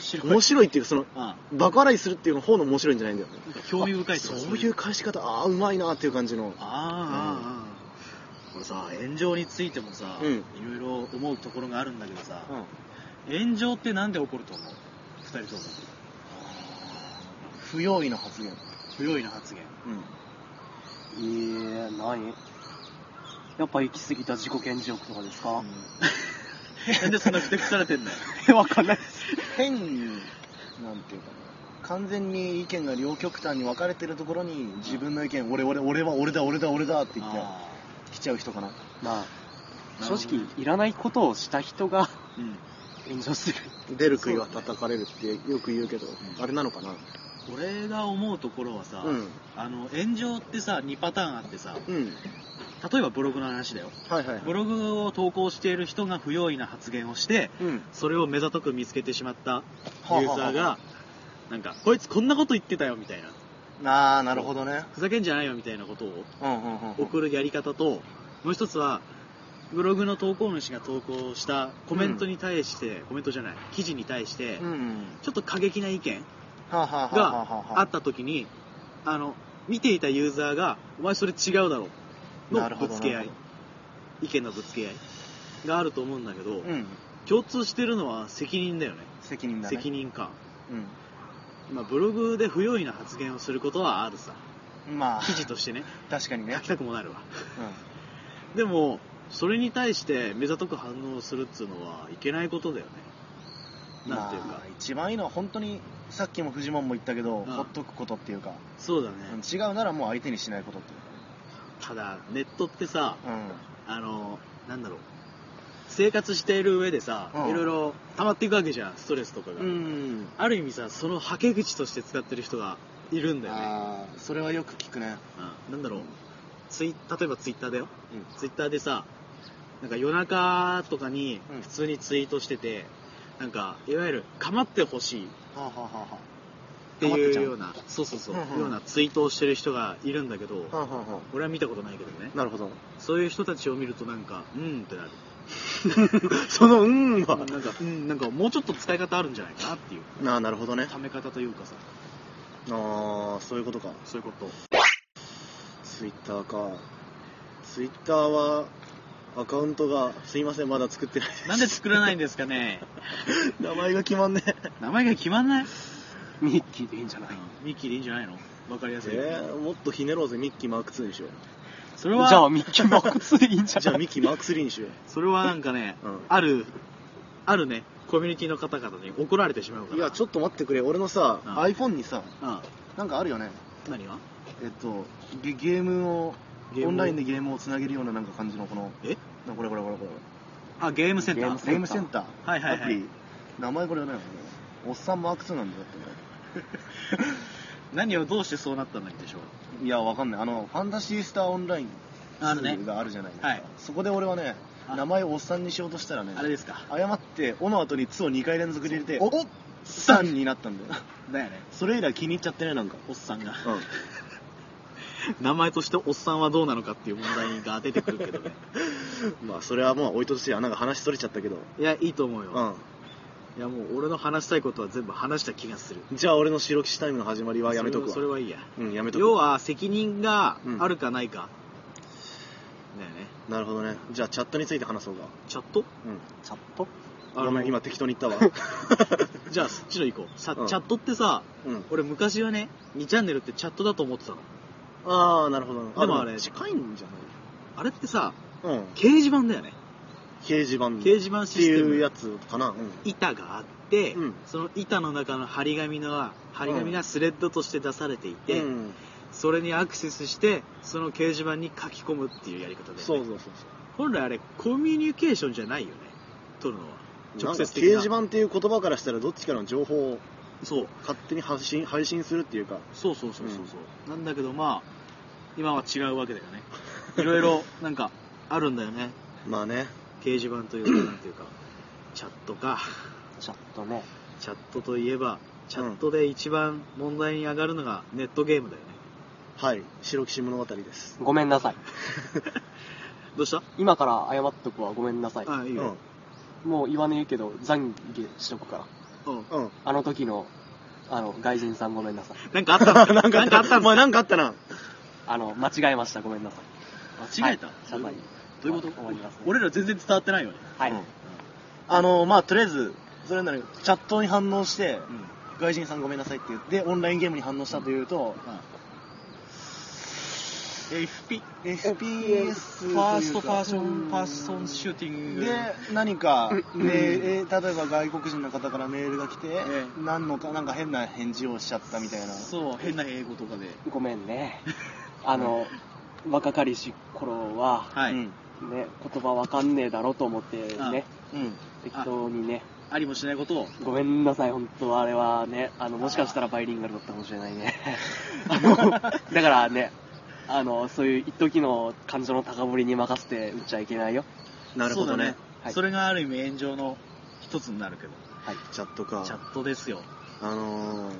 [SPEAKER 1] 白い
[SPEAKER 2] 面白いっていうか、その、
[SPEAKER 1] あ
[SPEAKER 2] バカ笑いするっていう方の面白いんじゃないんだよね。
[SPEAKER 1] なんか興味深いと
[SPEAKER 2] そ
[SPEAKER 1] か
[SPEAKER 2] ういう返し方、ああ、うまいなっていう感じの。
[SPEAKER 1] ああ、これさ炎上についてもさ、
[SPEAKER 2] うん
[SPEAKER 1] いろいろ思うところがあるんだけどさ、炎上ってなんで起こると思う二人とも
[SPEAKER 2] 不用意な発言。
[SPEAKER 1] 不用意な発言
[SPEAKER 3] いえ、何やっぱ行き過ぎた自己顕示欲とかですか、
[SPEAKER 1] なんでそんなふてくされ てんだよ
[SPEAKER 3] わかんないです。
[SPEAKER 2] 変に、なんていうかな。完全に意見が両極端に分かれてるところに、自分の意見、俺、俺、俺は俺だ、俺だ、俺だって言って、来ちゃう人かな。
[SPEAKER 3] まあ、
[SPEAKER 1] ほど
[SPEAKER 3] 正直いらないことをした人が
[SPEAKER 1] うん
[SPEAKER 3] 炎上する
[SPEAKER 2] 出る杭は叩かれるってよく言うけど、
[SPEAKER 1] ん
[SPEAKER 2] あれなのかな
[SPEAKER 1] 俺が思うところはさ、
[SPEAKER 2] うん
[SPEAKER 1] あの炎上ってさ2パターンあってさ
[SPEAKER 2] うん
[SPEAKER 1] 例えばブログの話だよ
[SPEAKER 2] はいはい
[SPEAKER 1] ブログを投稿している人が不用意な発言をして
[SPEAKER 3] うん
[SPEAKER 1] それを目ざとく見つけてしまった
[SPEAKER 2] はあ
[SPEAKER 1] ユーザーがなんかこいつこんなこと言ってたよみたいな
[SPEAKER 2] ああなるほどね
[SPEAKER 1] ふざけんじゃないよみたいなことを
[SPEAKER 2] うんうんうん
[SPEAKER 1] 送るやり方ともう一つはブログの投稿主が投稿したコメントに対して、コメントじゃない記事に対して、
[SPEAKER 2] うんうん
[SPEAKER 1] ちょっと過激な意見
[SPEAKER 2] はあはあはあはあは
[SPEAKER 1] があった時にあの見ていたユーザーが「お前それ違うだろ」
[SPEAKER 2] なる
[SPEAKER 1] の
[SPEAKER 2] ほ
[SPEAKER 1] ぶ
[SPEAKER 2] ど
[SPEAKER 1] つけ合
[SPEAKER 2] ないるほ
[SPEAKER 1] 意見のぶつけ合いがあると思うんだけど、
[SPEAKER 2] どうん
[SPEAKER 1] 共通してるのは責任だよね
[SPEAKER 2] 責任だね
[SPEAKER 1] 責任感
[SPEAKER 2] う
[SPEAKER 1] まあブログで不用意な発言をすることはあるさ
[SPEAKER 2] んまあ
[SPEAKER 1] 記事としてね
[SPEAKER 2] 確かにね
[SPEAKER 1] 書きたくもなるわでもそれに対して目ざとく反応するっつうのはいけないことだよねなんていうか、
[SPEAKER 2] まあ一番いいのは本当にさっきもフジモンも言ったけど、
[SPEAKER 1] うん
[SPEAKER 2] ほっとくことっていうか、
[SPEAKER 1] そうだね、
[SPEAKER 2] うん違うならもう相手にしないことっていう
[SPEAKER 1] ただネットってさ
[SPEAKER 2] かね
[SPEAKER 1] あのなんだろう生活している上でさ、
[SPEAKER 2] うん
[SPEAKER 1] いろいろ溜まっていくわけじゃんストレスとかが、
[SPEAKER 2] うん、うん、
[SPEAKER 1] ある意味さそのはけ口として使ってる人がいるんだよね、
[SPEAKER 2] ああそれはよく聞くね
[SPEAKER 1] うん、なんだろうツイ例えばツイッターだよ、
[SPEAKER 2] う
[SPEAKER 1] ツイッターでさなんか夜中とかに
[SPEAKER 2] うん
[SPEAKER 1] 普通にツイートしてて、なんかいわゆる構ってほしいっ
[SPEAKER 2] はあはあはあは
[SPEAKER 1] て
[SPEAKER 2] 構ってちゃ
[SPEAKER 1] いううようなそうそうそう、
[SPEAKER 2] うんうん
[SPEAKER 1] ようなツイートをしてる人がいるんだけど、
[SPEAKER 2] あはあは
[SPEAKER 1] 俺は見たことないけどね
[SPEAKER 2] あなるほど
[SPEAKER 1] そういう人たちを見るとなんかうんってなる
[SPEAKER 2] その「うん」
[SPEAKER 1] な
[SPEAKER 2] は
[SPEAKER 1] んか、うん、なんかもうちょっと使い方あるんじゃないかなっていう。
[SPEAKER 2] なあなるほどね
[SPEAKER 1] ため方というかさ、
[SPEAKER 2] ああそういうことか
[SPEAKER 1] そういうこと。
[SPEAKER 2] ツイッターかツイッターはアカウントがすいませんまだ作ってない
[SPEAKER 1] なんで作らないんですかね
[SPEAKER 2] 名前が決まんねえ
[SPEAKER 1] 名前が決まんない
[SPEAKER 3] ミッキーでいいんじゃない
[SPEAKER 1] ミッキーでいいんじゃないのわかりやすい。
[SPEAKER 2] えーもっとひねろうぜミッキーマーク2にしよう
[SPEAKER 1] それは、
[SPEAKER 3] じゃあミッキーマックスでいいんじゃない
[SPEAKER 2] じゃあミッキーマーク3にしよう
[SPEAKER 1] それはなんかね、
[SPEAKER 2] うん
[SPEAKER 1] ある、あるね、コミュニティの方々に怒られてしまうから。
[SPEAKER 2] いやちょっと待ってくれ俺のさ、
[SPEAKER 1] うん
[SPEAKER 2] iPhone にさ
[SPEAKER 1] うん。
[SPEAKER 2] なんかあるよね
[SPEAKER 1] 何が
[SPEAKER 2] えっとゲゲームを
[SPEAKER 1] ゲームを
[SPEAKER 2] オンラインでゲームをつなげるようななんか感じのこの
[SPEAKER 1] え
[SPEAKER 2] なこれこれこれこれ
[SPEAKER 1] あ、ゲームセンタ
[SPEAKER 3] ゲ
[SPEAKER 1] ー
[SPEAKER 3] ームセ
[SPEAKER 2] ゲームセンター
[SPEAKER 1] はいはいはい
[SPEAKER 2] アプリ名前これねおっさんマーク2なんだよだってね
[SPEAKER 1] 何をどうしてそうなったんだっけでしょう。
[SPEAKER 2] いやわかんないあのファンタシースターオンライン
[SPEAKER 1] あるね
[SPEAKER 2] があるじゃないですか、
[SPEAKER 1] はい
[SPEAKER 2] そこで俺はね
[SPEAKER 1] あ
[SPEAKER 2] 名前をおっさんにしようとしたらね
[SPEAKER 1] あれですか。
[SPEAKER 2] 誤って「お」の後に「つ」を2回連続で入れて
[SPEAKER 1] お
[SPEAKER 2] おっさん」になったんだよ
[SPEAKER 1] だよね。
[SPEAKER 2] それ以来気に入っちゃってねなんか
[SPEAKER 1] おっさんが。
[SPEAKER 2] うん
[SPEAKER 1] 名前としておっさんはどうなのかっていう問題が出てくるけど ね。
[SPEAKER 2] まあそれはもう置いといてやなんか話それちゃったけど
[SPEAKER 1] いや、いいと思うよ。
[SPEAKER 2] う
[SPEAKER 1] い
[SPEAKER 2] ん
[SPEAKER 1] やもう俺の話したいことは全部話した気がする。
[SPEAKER 2] じゃあ俺の白騎士タイムの始まりはやめとくわ
[SPEAKER 1] それはそれはいいや。
[SPEAKER 2] うんやめとく
[SPEAKER 1] 要は責任が
[SPEAKER 2] うん
[SPEAKER 1] あるかないか。だよね。
[SPEAKER 2] なるほどねじゃあチャットについて話そうか
[SPEAKER 1] チャット
[SPEAKER 2] うん
[SPEAKER 3] チャット
[SPEAKER 2] ごめん今適当に言 ったわ
[SPEAKER 1] じゃあそっちの行こう。さ
[SPEAKER 2] うん
[SPEAKER 1] チャットってさ、
[SPEAKER 2] うん
[SPEAKER 1] 俺昔はね、2チャンネルってチャットだと思ってたの。
[SPEAKER 2] ああなるほど
[SPEAKER 1] でもあれ
[SPEAKER 2] 近いんじゃ
[SPEAKER 1] あれってさ、
[SPEAKER 2] ないうん
[SPEAKER 1] 掲示板だよね。
[SPEAKER 2] 掲示板
[SPEAKER 1] 掲
[SPEAKER 2] っ
[SPEAKER 1] 示板
[SPEAKER 2] て
[SPEAKER 1] システ
[SPEAKER 2] いう
[SPEAKER 1] ム
[SPEAKER 2] や。つかなうん
[SPEAKER 1] 板があって、
[SPEAKER 2] うん
[SPEAKER 1] その板の中の張り紙の、張り紙がスレッドとして出されていて、
[SPEAKER 2] うん
[SPEAKER 1] それにアクセスして、その掲示板に書き込むっていうやり方で、ね。
[SPEAKER 2] そうそうそう
[SPEAKER 1] 本来あれコミュニケーションじゃないよね取るのは
[SPEAKER 2] そう
[SPEAKER 1] 直接的
[SPEAKER 2] 掲
[SPEAKER 1] な
[SPEAKER 2] 示板っていう言葉からしたらどっちかの情報を
[SPEAKER 1] そう
[SPEAKER 2] 勝手に発信 配信するっていうか
[SPEAKER 1] そうそうそうそうそう、なんだけどまあ今は違うわけだよね いろいろなんかあるんだよね
[SPEAKER 2] まあね
[SPEAKER 1] 掲示板というかなんていうか チャットか
[SPEAKER 3] チャットね
[SPEAKER 1] チャットといえばチャットで一番問題に上がるのがネットゲームだよね、
[SPEAKER 2] はい白騎士物語です
[SPEAKER 3] ごめんなさい
[SPEAKER 1] どうした
[SPEAKER 3] 今から謝っとくわごめんなさい
[SPEAKER 1] ああいいうよ、
[SPEAKER 2] ん
[SPEAKER 3] もう言わねえけど懺悔しとくから
[SPEAKER 1] うん
[SPEAKER 2] うん
[SPEAKER 3] あの時のあの外人さんごめんなさい
[SPEAKER 1] なんかあった
[SPEAKER 2] なんかあった
[SPEAKER 1] ん
[SPEAKER 2] お前なんかあったな
[SPEAKER 3] あの間違えましたごめんなさい
[SPEAKER 1] 間違えた、
[SPEAKER 3] はい謝罪
[SPEAKER 1] どういうこと
[SPEAKER 3] 終わりますね
[SPEAKER 1] 俺ら全然伝わってないよね
[SPEAKER 3] はい、
[SPEAKER 2] うんあのまあとりあえずそれならチャットに反応して
[SPEAKER 1] うん、
[SPEAKER 2] 外人さんごめんなさいって言ってオンラインゲームに反応したというと
[SPEAKER 1] FP
[SPEAKER 2] FPS という
[SPEAKER 1] フ
[SPEAKER 2] か
[SPEAKER 1] ァーストパーソンパーソンシューティング
[SPEAKER 2] で何か、ねえー例えば外国人の方からメールが来て、
[SPEAKER 1] え
[SPEAKER 2] 何のかなんか変な返事をしちゃったみたいな
[SPEAKER 1] そう変な英語とかで
[SPEAKER 3] ごめんねあの若かりし頃は
[SPEAKER 1] はい、
[SPEAKER 2] うん
[SPEAKER 3] ね、言葉わかんねえだろと思ってね、
[SPEAKER 4] うん。
[SPEAKER 3] 適当にね、
[SPEAKER 1] ありもしないことを
[SPEAKER 3] ごめんなさい、本当あれはね、あの、もしかしたらバイリンガルだったかもし れないね。あの、だからね、あの、そういう一時の感情の高ぶりに任せて打っちゃいけないよ。
[SPEAKER 2] なるほどね
[SPEAKER 1] そうだ
[SPEAKER 3] はい
[SPEAKER 1] それがある意味炎上の一つになるけど
[SPEAKER 2] チャットか
[SPEAKER 1] チャットですよ
[SPEAKER 2] あのー、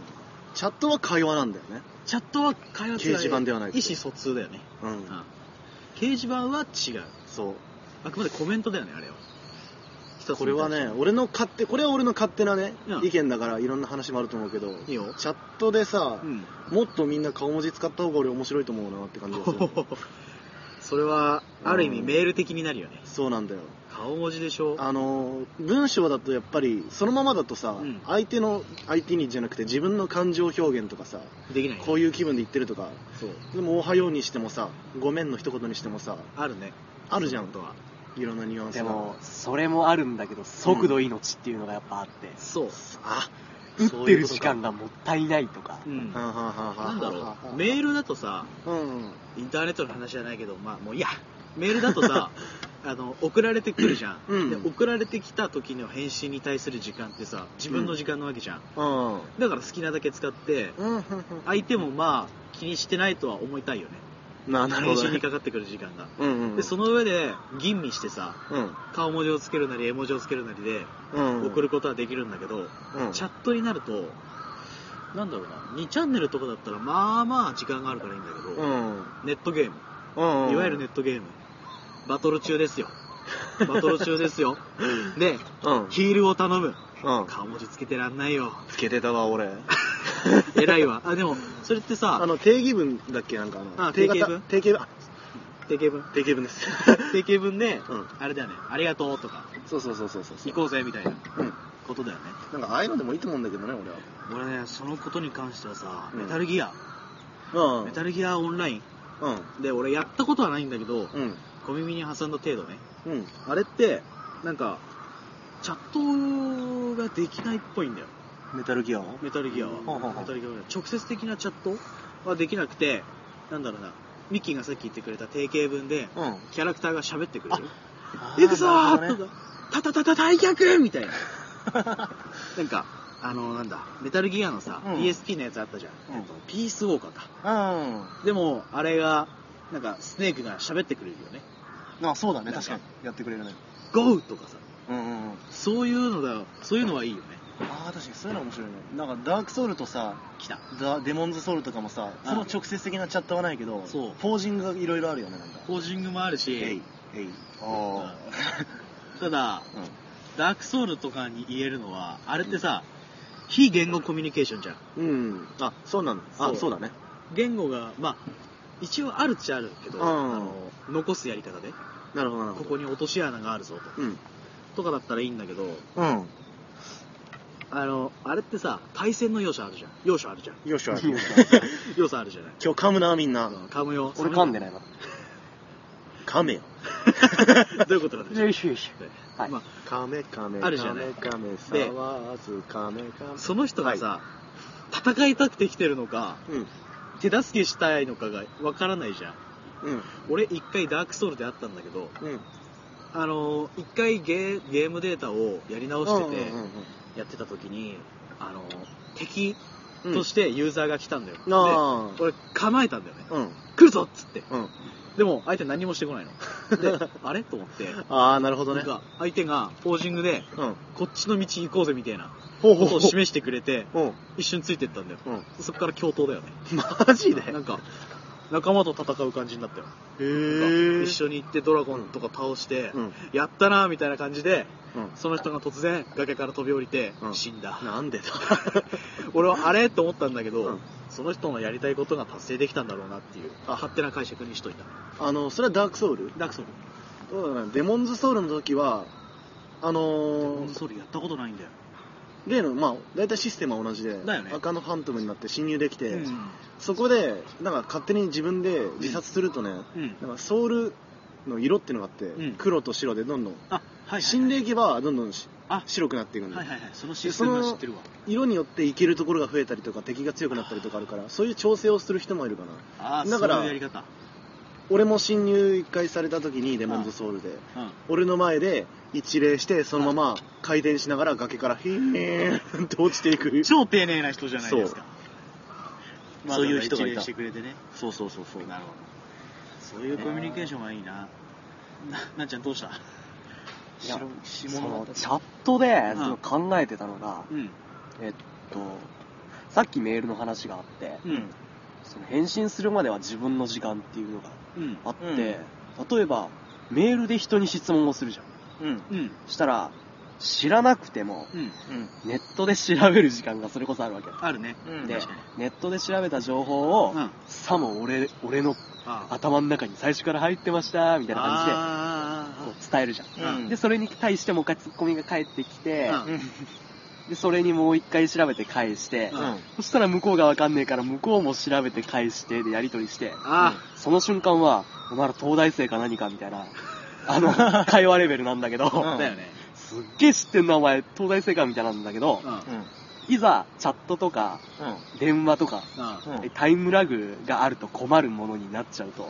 [SPEAKER 2] チャットは会話なんだよね
[SPEAKER 1] チャットは開発
[SPEAKER 2] 掲示板ではないけ
[SPEAKER 1] 意
[SPEAKER 2] ど
[SPEAKER 1] 思疎通だよね、
[SPEAKER 2] う
[SPEAKER 1] うんん、掲示板は違う
[SPEAKER 2] そう
[SPEAKER 1] あくまでコメントだよねあれは一つに対して
[SPEAKER 2] これはね俺の勝手これは俺の勝手なね、
[SPEAKER 1] うん
[SPEAKER 2] 意見だからいろんな話もあると思うけど
[SPEAKER 1] いいよ
[SPEAKER 2] チャットでさ
[SPEAKER 1] う、ん
[SPEAKER 2] もっとみんな顔文字使った方が俺面白いと思うなって感じです よ
[SPEAKER 1] それはある意味
[SPEAKER 2] うん
[SPEAKER 1] メール的になるよね
[SPEAKER 2] そうなんだよ
[SPEAKER 1] 顔文字でしょ
[SPEAKER 2] あのー文章だとやっぱりそのままだとさ、
[SPEAKER 1] うん
[SPEAKER 2] 相手の相手にじゃなくて自分の感情表現とかさ
[SPEAKER 1] できない
[SPEAKER 2] こういう気分で言ってるとか
[SPEAKER 1] そう
[SPEAKER 2] でも「おはよう」にしてもさ「ごめん」の一言にしてもさ
[SPEAKER 1] あるね
[SPEAKER 2] あるじゃん
[SPEAKER 1] とはい
[SPEAKER 2] ろんなニュアンス
[SPEAKER 3] で
[SPEAKER 2] が
[SPEAKER 3] も、それもあるんだけど、速度命っていうのがやっぱあって、
[SPEAKER 1] そう
[SPEAKER 2] あ
[SPEAKER 3] 打ってる時間がもったいないとか、
[SPEAKER 1] うん
[SPEAKER 2] は
[SPEAKER 1] な
[SPEAKER 2] あはあはあはあ
[SPEAKER 1] んだろ
[SPEAKER 2] はあ
[SPEAKER 1] うメールだとさ
[SPEAKER 2] うん
[SPEAKER 1] インターネットの話じゃないけどまあもういいやメールだとさあの送られてくるじゃん、
[SPEAKER 2] うん
[SPEAKER 1] で送られてきた時の返信に対する時間ってさ自分の時間なわけじゃん、
[SPEAKER 2] うん
[SPEAKER 1] だから好きなだけ使って
[SPEAKER 2] うん
[SPEAKER 1] 相手もまあ気にしてないとは思いたいよね
[SPEAKER 2] まあなる
[SPEAKER 1] 返
[SPEAKER 2] ほど
[SPEAKER 1] 信に
[SPEAKER 2] ね
[SPEAKER 1] かかってくる時間が、
[SPEAKER 2] うんうん
[SPEAKER 1] でその上で吟味してさ
[SPEAKER 2] うん
[SPEAKER 1] 顔文字をつけるなり絵文字をつけるなりで
[SPEAKER 2] うん
[SPEAKER 1] 送ることはできるんだけど、
[SPEAKER 2] うん
[SPEAKER 1] チャットになるとなんだろうな2チャンネルとかだったらまあまあ時間があるからいいんだけど、
[SPEAKER 2] うん
[SPEAKER 1] ネットゲーム
[SPEAKER 2] うん
[SPEAKER 1] いわゆるネットゲームバトル中です よバトル中ですよで
[SPEAKER 2] うん
[SPEAKER 1] ヒールを頼む
[SPEAKER 2] うん
[SPEAKER 1] 顔文字つけてらんない よ
[SPEAKER 2] つけてたわ俺
[SPEAKER 1] 偉いわあでもそれってさ
[SPEAKER 2] あの定義文だっけなんか
[SPEAKER 1] あ
[SPEAKER 2] の定型文定型文あ
[SPEAKER 1] 定型文
[SPEAKER 2] 定型文で す
[SPEAKER 1] 定型文で、
[SPEAKER 2] うん
[SPEAKER 1] あれだよねありがとうとか
[SPEAKER 2] そうそうそうそうそう
[SPEAKER 1] 行こうぜみたいな
[SPEAKER 2] うん
[SPEAKER 1] ことだよね
[SPEAKER 2] なんかああいうのでもいいと思うんだけどね俺
[SPEAKER 1] 俺ねそのことに関してはさ、
[SPEAKER 2] うん
[SPEAKER 1] メタルギア、
[SPEAKER 2] は
[SPEAKER 1] メタルギアオンライン
[SPEAKER 2] うん
[SPEAKER 1] で俺やったことはないんだけど、
[SPEAKER 2] うん
[SPEAKER 1] 小耳に挟んだ程度ね
[SPEAKER 2] うん
[SPEAKER 1] あれってなんかチャットができないっぽいんだよ
[SPEAKER 2] メタルギアは
[SPEAKER 1] メタルギアは、
[SPEAKER 2] ほうほうほう
[SPEAKER 1] メタルギアは直接的なチャットはできなくてなんだろうなミッキーがさっき言ってくれた定型文で
[SPEAKER 2] うん
[SPEAKER 1] キャラクターが喋ってくれる「
[SPEAKER 2] い
[SPEAKER 1] 行くぞー!」とか「タタタタ退却!」みたいな なんかあのなんだメタルギアのさ、
[SPEAKER 2] うん
[SPEAKER 1] PSP のやつあったじゃん、
[SPEAKER 2] うん
[SPEAKER 1] えっとピースウォーカーか
[SPEAKER 2] うん
[SPEAKER 1] でもあれがなんかスネークが喋ってくれるよね
[SPEAKER 4] あ、そうだね、
[SPEAKER 1] なんか
[SPEAKER 4] 確かに。やってくれるね。
[SPEAKER 1] 「GO!」とかさ
[SPEAKER 4] うんうんうん。
[SPEAKER 1] そういうのだそういうのはいいよね
[SPEAKER 4] ああ、確かにそういうの面白いね。なんかダークソウルとさ、
[SPEAKER 1] 来た
[SPEAKER 4] ダデモンズソウルとかもさ、その直接的なチャットはないけど、
[SPEAKER 1] そう
[SPEAKER 4] ポージングがいろいろあるよね、なんか。
[SPEAKER 1] ポージングもあるし、
[SPEAKER 4] えい、えい。あ
[SPEAKER 1] ただ、
[SPEAKER 4] うん
[SPEAKER 1] ダークソウルとかに言えるのはあれってさ、非言語コミュニケーションじゃん
[SPEAKER 2] うんあそうなんだあ
[SPEAKER 1] そう
[SPEAKER 2] そうだね
[SPEAKER 1] 言語がまあ一応あるっちゃあるけど、
[SPEAKER 2] うん
[SPEAKER 1] あの残すやり方で
[SPEAKER 2] なるほどなるほ
[SPEAKER 1] こ
[SPEAKER 2] ど
[SPEAKER 1] こに落とし穴があるぞ
[SPEAKER 2] うん
[SPEAKER 1] ととかだったらいいんだけど
[SPEAKER 2] うん
[SPEAKER 1] あのあれってさ対戦の要素あるじゃん要素ある じゃん
[SPEAKER 2] よしょ今
[SPEAKER 1] 要素あるじゃない
[SPEAKER 2] 日噛むなみんな
[SPEAKER 1] 噛むよ
[SPEAKER 3] 俺噛んで
[SPEAKER 1] ない
[SPEAKER 3] ないわ。
[SPEAKER 2] 噛めよ
[SPEAKER 1] どういうことなんでしょ
[SPEAKER 3] よ
[SPEAKER 1] う
[SPEAKER 3] いしょよいしはい
[SPEAKER 1] ま
[SPEAKER 2] カメカメ
[SPEAKER 1] あるじゃない
[SPEAKER 2] カメカメ
[SPEAKER 1] で
[SPEAKER 2] 騒ずカメカ
[SPEAKER 1] あ、
[SPEAKER 2] メ
[SPEAKER 1] その人がさ、戦いたくて来てるのか
[SPEAKER 2] うん
[SPEAKER 1] 手助けしたいのかがわからないじゃん
[SPEAKER 2] うん
[SPEAKER 1] 俺一回ダークソウルであったんだけど
[SPEAKER 2] うん
[SPEAKER 1] あのー一回ゲーゲームデータをやり直してて
[SPEAKER 2] うんうん
[SPEAKER 1] やってた時に、あのー敵
[SPEAKER 2] うん
[SPEAKER 1] としてユーザーが来たんだよ、
[SPEAKER 2] あ
[SPEAKER 1] で俺構えたんだよね
[SPEAKER 2] あうん
[SPEAKER 1] 来るぞっつって
[SPEAKER 2] うん
[SPEAKER 1] でも相手何もしてこないのであれと思って
[SPEAKER 2] ああなるほど
[SPEAKER 1] な
[SPEAKER 2] ね
[SPEAKER 1] んか相手がポージングで
[SPEAKER 2] うん
[SPEAKER 1] こっちの道行こうぜみたいな
[SPEAKER 2] ほう
[SPEAKER 1] ことを示してくれて
[SPEAKER 2] うん
[SPEAKER 1] 一瞬ついてったんだよ
[SPEAKER 2] うん
[SPEAKER 1] そっから共闘だよね
[SPEAKER 2] マジで
[SPEAKER 1] なんか仲間と戦う感じになったよなんか
[SPEAKER 2] へ
[SPEAKER 1] 一緒に行ってドラゴンとか倒して、
[SPEAKER 2] うん
[SPEAKER 1] やったなーみたいな感じで
[SPEAKER 2] うん
[SPEAKER 1] その人が突然崖から飛び降りて
[SPEAKER 2] うん
[SPEAKER 1] 死んだ、
[SPEAKER 2] なんでだ
[SPEAKER 1] 俺はあれと思ったんだけど、
[SPEAKER 2] うん
[SPEAKER 1] その人のやりたいことが達成できたんだろうなっていう
[SPEAKER 2] あ
[SPEAKER 1] 勝手な解釈にしといた
[SPEAKER 2] あのそれはダークソウル
[SPEAKER 1] ダークソウル
[SPEAKER 2] そうだねデモンズソウルの時は
[SPEAKER 1] デ
[SPEAKER 2] あ
[SPEAKER 1] モ
[SPEAKER 2] の
[SPEAKER 1] ンズ
[SPEAKER 2] ー、
[SPEAKER 1] ソウルやったことないんだよ、
[SPEAKER 2] 例のまあ大体システムは同じで
[SPEAKER 1] だよね
[SPEAKER 2] 赤のファントムになって侵入できて、
[SPEAKER 1] うん
[SPEAKER 2] そこでなんか勝手に自分で自殺するとね、
[SPEAKER 1] うん
[SPEAKER 2] なんかソウルの色っていうのがあって、
[SPEAKER 1] うん
[SPEAKER 2] 黒と白でどんどん、
[SPEAKER 1] あはいはい、はい、
[SPEAKER 2] 死んでいけばどんどんし
[SPEAKER 1] あ
[SPEAKER 2] 白くなっていくんで、
[SPEAKER 1] はいはいはいそのシステムは知ってるわ
[SPEAKER 2] 色によっていけるところが増えたりとか敵が強くなったりとかあるからそういう調整をする人もいるかな
[SPEAKER 1] ああ
[SPEAKER 2] だから
[SPEAKER 1] そういうやり方
[SPEAKER 2] 俺も侵入一回された時にレモンズソウルで俺の前で一礼してそのまま回転しながら崖からヒーンって 落ちていく
[SPEAKER 1] 超丁寧な人じゃないですか
[SPEAKER 2] そう
[SPEAKER 1] まずは
[SPEAKER 2] そういう人がいた
[SPEAKER 1] 一礼してくれてね
[SPEAKER 2] そうそうそうそう
[SPEAKER 1] なるほどそういうコミュニケーションはいいなななんちゃんどうした
[SPEAKER 3] いや
[SPEAKER 1] し
[SPEAKER 3] そのチ
[SPEAKER 1] ゃ
[SPEAKER 3] ャットで
[SPEAKER 1] うん
[SPEAKER 3] その考えてたのが、
[SPEAKER 1] うん
[SPEAKER 3] えっとさっきメールの話があって
[SPEAKER 1] うん
[SPEAKER 3] その返信するまでは自分の時間っていうのが
[SPEAKER 1] うん
[SPEAKER 3] あって、例えばメールで人に質問をするじゃん
[SPEAKER 2] うん
[SPEAKER 1] うん
[SPEAKER 3] したら知らなくても
[SPEAKER 1] うん
[SPEAKER 3] ネットで調べる時間がそれこそあるわけ
[SPEAKER 1] あるね
[SPEAKER 2] うん
[SPEAKER 3] で
[SPEAKER 1] 確かに
[SPEAKER 3] ネットで調べた情報を、
[SPEAKER 1] うん
[SPEAKER 3] さも俺俺の
[SPEAKER 1] ああ
[SPEAKER 3] 頭の中に最初から入ってましたみたいな感
[SPEAKER 1] あ
[SPEAKER 3] じでこ
[SPEAKER 1] ー
[SPEAKER 3] う伝えるじゃん、
[SPEAKER 1] うん
[SPEAKER 2] うん
[SPEAKER 3] でそれに対してもう一回ツッコミが返ってきて、
[SPEAKER 1] うん
[SPEAKER 3] でそれにもう一回調べて返して、
[SPEAKER 1] うん
[SPEAKER 3] そしたら向こうがわかんねえから向こうも調べて返してでやり取りして
[SPEAKER 1] あ
[SPEAKER 3] その瞬間はお前ら東大生か何かみたいなあの 会話レベルなんだけど、
[SPEAKER 1] あ
[SPEAKER 2] ん
[SPEAKER 1] だよね
[SPEAKER 3] すっげえ知ってんなお前東大生かみたいなんだけど
[SPEAKER 1] うんうん
[SPEAKER 3] いざチャットとか電話とかタイムラグがあると困るものになっちゃうと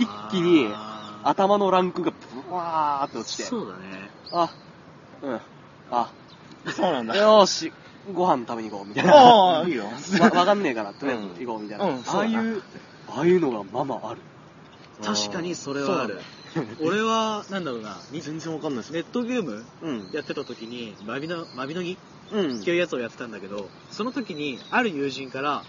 [SPEAKER 3] 一気に
[SPEAKER 1] あ
[SPEAKER 3] 頭のランクがブワーって落ち
[SPEAKER 1] ー
[SPEAKER 3] て
[SPEAKER 1] そうだね
[SPEAKER 3] あうんあ
[SPEAKER 5] そうなん
[SPEAKER 3] よ
[SPEAKER 5] だ。
[SPEAKER 3] ーしご飯食べに行こうみたいなわ
[SPEAKER 5] ああ、いいよ。
[SPEAKER 3] わかんねえからとりあえず行こうみたいな、
[SPEAKER 5] うんうん
[SPEAKER 3] あ
[SPEAKER 5] そうだ
[SPEAKER 3] あい
[SPEAKER 5] な
[SPEAKER 3] うああいうのがままある
[SPEAKER 1] 確かにそれはある俺はなんだろうなに
[SPEAKER 2] 全然わかんないです
[SPEAKER 1] ネットゲーム
[SPEAKER 2] うん
[SPEAKER 1] やってた時にマビのマビの木
[SPEAKER 2] うん
[SPEAKER 1] っていうやつをやってたんだけどその時にある友人から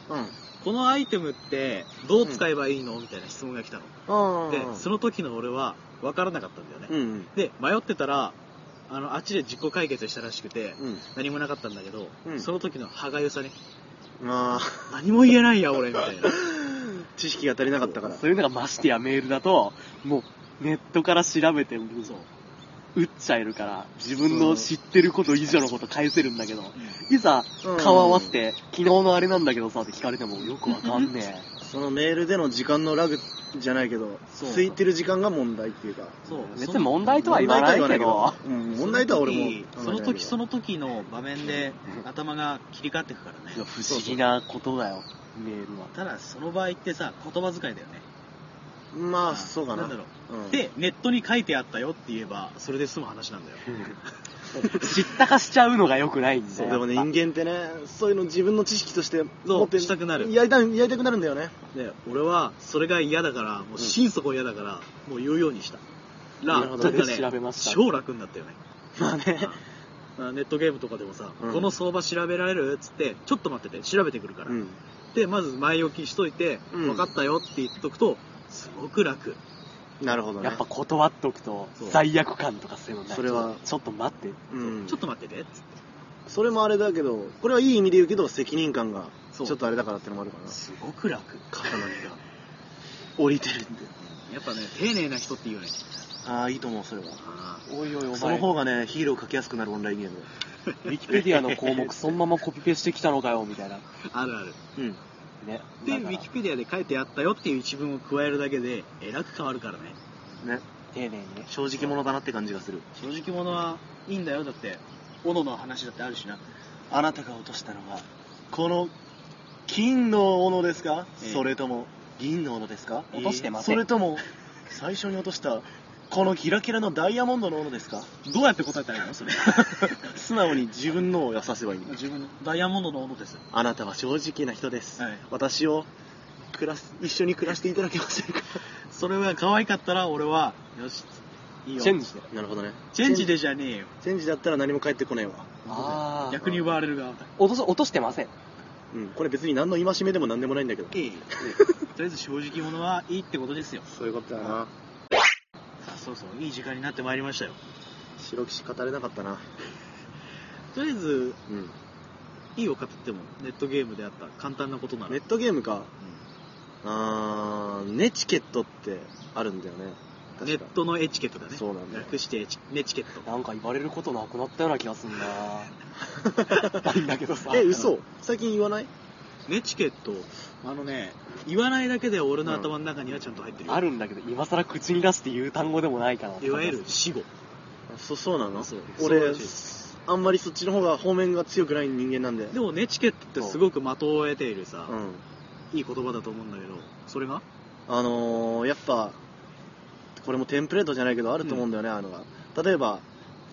[SPEAKER 1] このアイテムってどう使えばいいのみたいな質問が来たの、
[SPEAKER 2] うん
[SPEAKER 1] でその時の俺は分からなかったんだよね、
[SPEAKER 2] うん
[SPEAKER 1] で迷ってたらあのあっちで自己解決したらしくて、
[SPEAKER 2] うん
[SPEAKER 1] 何もなかったんだけど、
[SPEAKER 2] うん
[SPEAKER 1] その時の歯がゆさね
[SPEAKER 2] まあ
[SPEAKER 1] 何も言えないや俺みたいな
[SPEAKER 2] 知識が足りなかったから
[SPEAKER 3] そういうのがましてやメールだともうネットから調べて打っちゃえるから自分の知ってること以上のこと返せるんだけどいざ顔合わせて昨日のあれなんだけどさって聞かれてもよくわかんねえ
[SPEAKER 2] そのメールでの時間のラグじゃないけど
[SPEAKER 1] そう
[SPEAKER 2] ついてる時間が問題っていうか
[SPEAKER 1] そう
[SPEAKER 3] 別に問題とは言わ
[SPEAKER 2] 問
[SPEAKER 3] な
[SPEAKER 2] 題
[SPEAKER 3] い
[SPEAKER 2] とは
[SPEAKER 3] け
[SPEAKER 2] 言わ
[SPEAKER 3] ど
[SPEAKER 2] ないけどうん問題とは俺も
[SPEAKER 1] その時そ
[SPEAKER 2] の
[SPEAKER 1] の時の場面で頭が切り替わってくからね
[SPEAKER 3] いや不思議なことだよメールは
[SPEAKER 1] ただその場合ってさ言葉遣いだよね
[SPEAKER 2] まあそうかなん
[SPEAKER 1] だろ
[SPEAKER 2] う
[SPEAKER 1] うんでネットに書いてあったよって言えばそれで済む話なんだよ
[SPEAKER 3] 知ったかしちゃうのがよくないんだ
[SPEAKER 2] そう
[SPEAKER 3] よ
[SPEAKER 2] でもね
[SPEAKER 3] やっ
[SPEAKER 2] 人間ってねそういうの自分の知識として
[SPEAKER 1] そう
[SPEAKER 2] 持って
[SPEAKER 1] したくなる
[SPEAKER 2] やりたいやりたくなるんだよね
[SPEAKER 1] で俺はそれが嫌だからもう心底嫌だから、もう言うようにしたら
[SPEAKER 2] なるほど
[SPEAKER 1] なんかね
[SPEAKER 3] 調べました
[SPEAKER 1] 超楽になったよね
[SPEAKER 2] まあね
[SPEAKER 1] あネットゲームとかでもさ、
[SPEAKER 2] うん
[SPEAKER 1] この相場調べられるっつってちょっと待ってて調べてくるから、
[SPEAKER 2] うん
[SPEAKER 1] でまず前置きしといて、
[SPEAKER 2] うん
[SPEAKER 1] 分かったよって言っとくとすごく楽
[SPEAKER 2] なるほど
[SPEAKER 3] ぱ
[SPEAKER 2] ね
[SPEAKER 3] やっぱ断っとくと
[SPEAKER 1] そう
[SPEAKER 3] 罪悪感とかそういうのない
[SPEAKER 2] それは
[SPEAKER 3] ちょっと待って
[SPEAKER 2] うん
[SPEAKER 1] ちょっと待っててっつって
[SPEAKER 2] それもあれだけどこれはいい意味で言うけど責任感がち
[SPEAKER 1] そう
[SPEAKER 2] ょっとあれだからってのもあるかな
[SPEAKER 1] すごく楽
[SPEAKER 2] 肩の荷が降りてるんで
[SPEAKER 1] やっぱね丁寧な人って言うね
[SPEAKER 2] ああいいと思うそれは
[SPEAKER 1] あ
[SPEAKER 3] おいおいお
[SPEAKER 2] その方がねヒーロー書きやすくなるオンラインゲーム
[SPEAKER 3] ウィキペディアの項目そのままコピペしてきたのかよみたいな
[SPEAKER 1] あるある
[SPEAKER 2] うん
[SPEAKER 3] ね
[SPEAKER 1] でウ
[SPEAKER 3] だから
[SPEAKER 1] ィキペディアで書いてあったよっていう一文を加えるだけでえらく変わるからね
[SPEAKER 2] ね
[SPEAKER 3] 丁寧にね
[SPEAKER 2] 正直者だなって感じがする
[SPEAKER 1] 正直者はいいんだよだって斧の話だってあるしな
[SPEAKER 2] あなたが落としたのはこの金の斧ですか、
[SPEAKER 1] ええ
[SPEAKER 2] それとも銀の斧ですか
[SPEAKER 3] 落としてませ
[SPEAKER 2] そ
[SPEAKER 3] ん
[SPEAKER 2] れとも最初に落としたこのキラキラのダイヤモンドの斧ですか
[SPEAKER 1] どうやって答えたらいいのそれ
[SPEAKER 2] 素直に自分のを出させばいいんだ
[SPEAKER 1] 自分のダイヤモンドの斧です
[SPEAKER 2] あなたは正直な人です、
[SPEAKER 1] はい
[SPEAKER 2] 私を暮らす一緒に暮らしていただけませんか
[SPEAKER 1] それが可愛かったら俺はよしいいよ
[SPEAKER 3] チェンジで
[SPEAKER 2] なるほどね
[SPEAKER 1] チェンジでじゃねえよ
[SPEAKER 2] チェンジだったら何も返ってこないわ
[SPEAKER 3] ああ
[SPEAKER 1] 逆に奪われる側だ
[SPEAKER 3] 落とす落としてません
[SPEAKER 2] うんこれ別に何の戒めでも何でもないんだけど
[SPEAKER 1] ええ とりあえず正直者はいいってことですよ
[SPEAKER 2] そういうことだな
[SPEAKER 1] さあそうそういい時間になってまいりましたよ
[SPEAKER 2] 白騎士語れなかったな
[SPEAKER 1] とりあえず
[SPEAKER 2] うん
[SPEAKER 1] いいを語ってもネットゲームであった簡単なことなら、
[SPEAKER 2] ネットゲームかあーネチケットってあるんだよね
[SPEAKER 1] うんネッ
[SPEAKER 2] 確か
[SPEAKER 1] トのエチケットだね
[SPEAKER 2] そうなんだよ
[SPEAKER 1] 略してエチネチケット
[SPEAKER 3] なんか言われることなくなったような気がすんななんだけどさ
[SPEAKER 2] え嘘最近言わない
[SPEAKER 1] ネチケットあのね言わないだけで俺の頭の中にはちゃんと入ってるよ、
[SPEAKER 3] あるんだけど今更口に出して言う単語でもないかない
[SPEAKER 1] いわゆる死後
[SPEAKER 2] そそうなの
[SPEAKER 1] そうそう
[SPEAKER 2] 俺
[SPEAKER 1] らしいで
[SPEAKER 2] あんまりそっちの方が方面が強くない人間なんで
[SPEAKER 1] でもネチケットってすごく的を得ているさ
[SPEAKER 2] う、ん
[SPEAKER 1] いい言葉だと思うんだけどそれが
[SPEAKER 2] あのー、やっぱこれもテンプレートじゃないけどあると思うんだよね、あのが例えば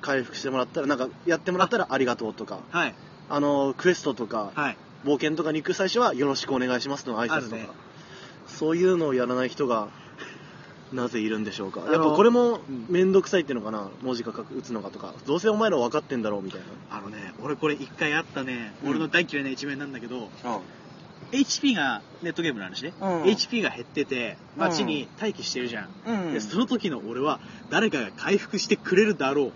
[SPEAKER 2] 回復してもらったらなんかやってもらったらありがとうとか
[SPEAKER 1] はい
[SPEAKER 2] あのクエストとか、
[SPEAKER 1] はい
[SPEAKER 2] 冒険とかに行く最初はよろしくお願いしますの挨
[SPEAKER 1] ある
[SPEAKER 2] 拶とか、
[SPEAKER 1] ね
[SPEAKER 2] そういうのをやらない人がなぜいるんでしょうか
[SPEAKER 1] あ
[SPEAKER 2] や
[SPEAKER 1] の
[SPEAKER 2] っぱこれも
[SPEAKER 1] うん
[SPEAKER 2] 面倒くさいっていうのかな文字が書く打つのかとかどうせお前ら分かってんだろうみたい
[SPEAKER 1] あのね俺これ一回あったね、
[SPEAKER 2] うん
[SPEAKER 1] 俺の大嫌いな一面なんだけど
[SPEAKER 2] な
[SPEAKER 1] HP がネットゲームの話ね、
[SPEAKER 6] うん
[SPEAKER 1] HP が減ってて街に待機してるじゃん、
[SPEAKER 6] うん
[SPEAKER 1] でその時の俺は誰かが回復してくれるだろう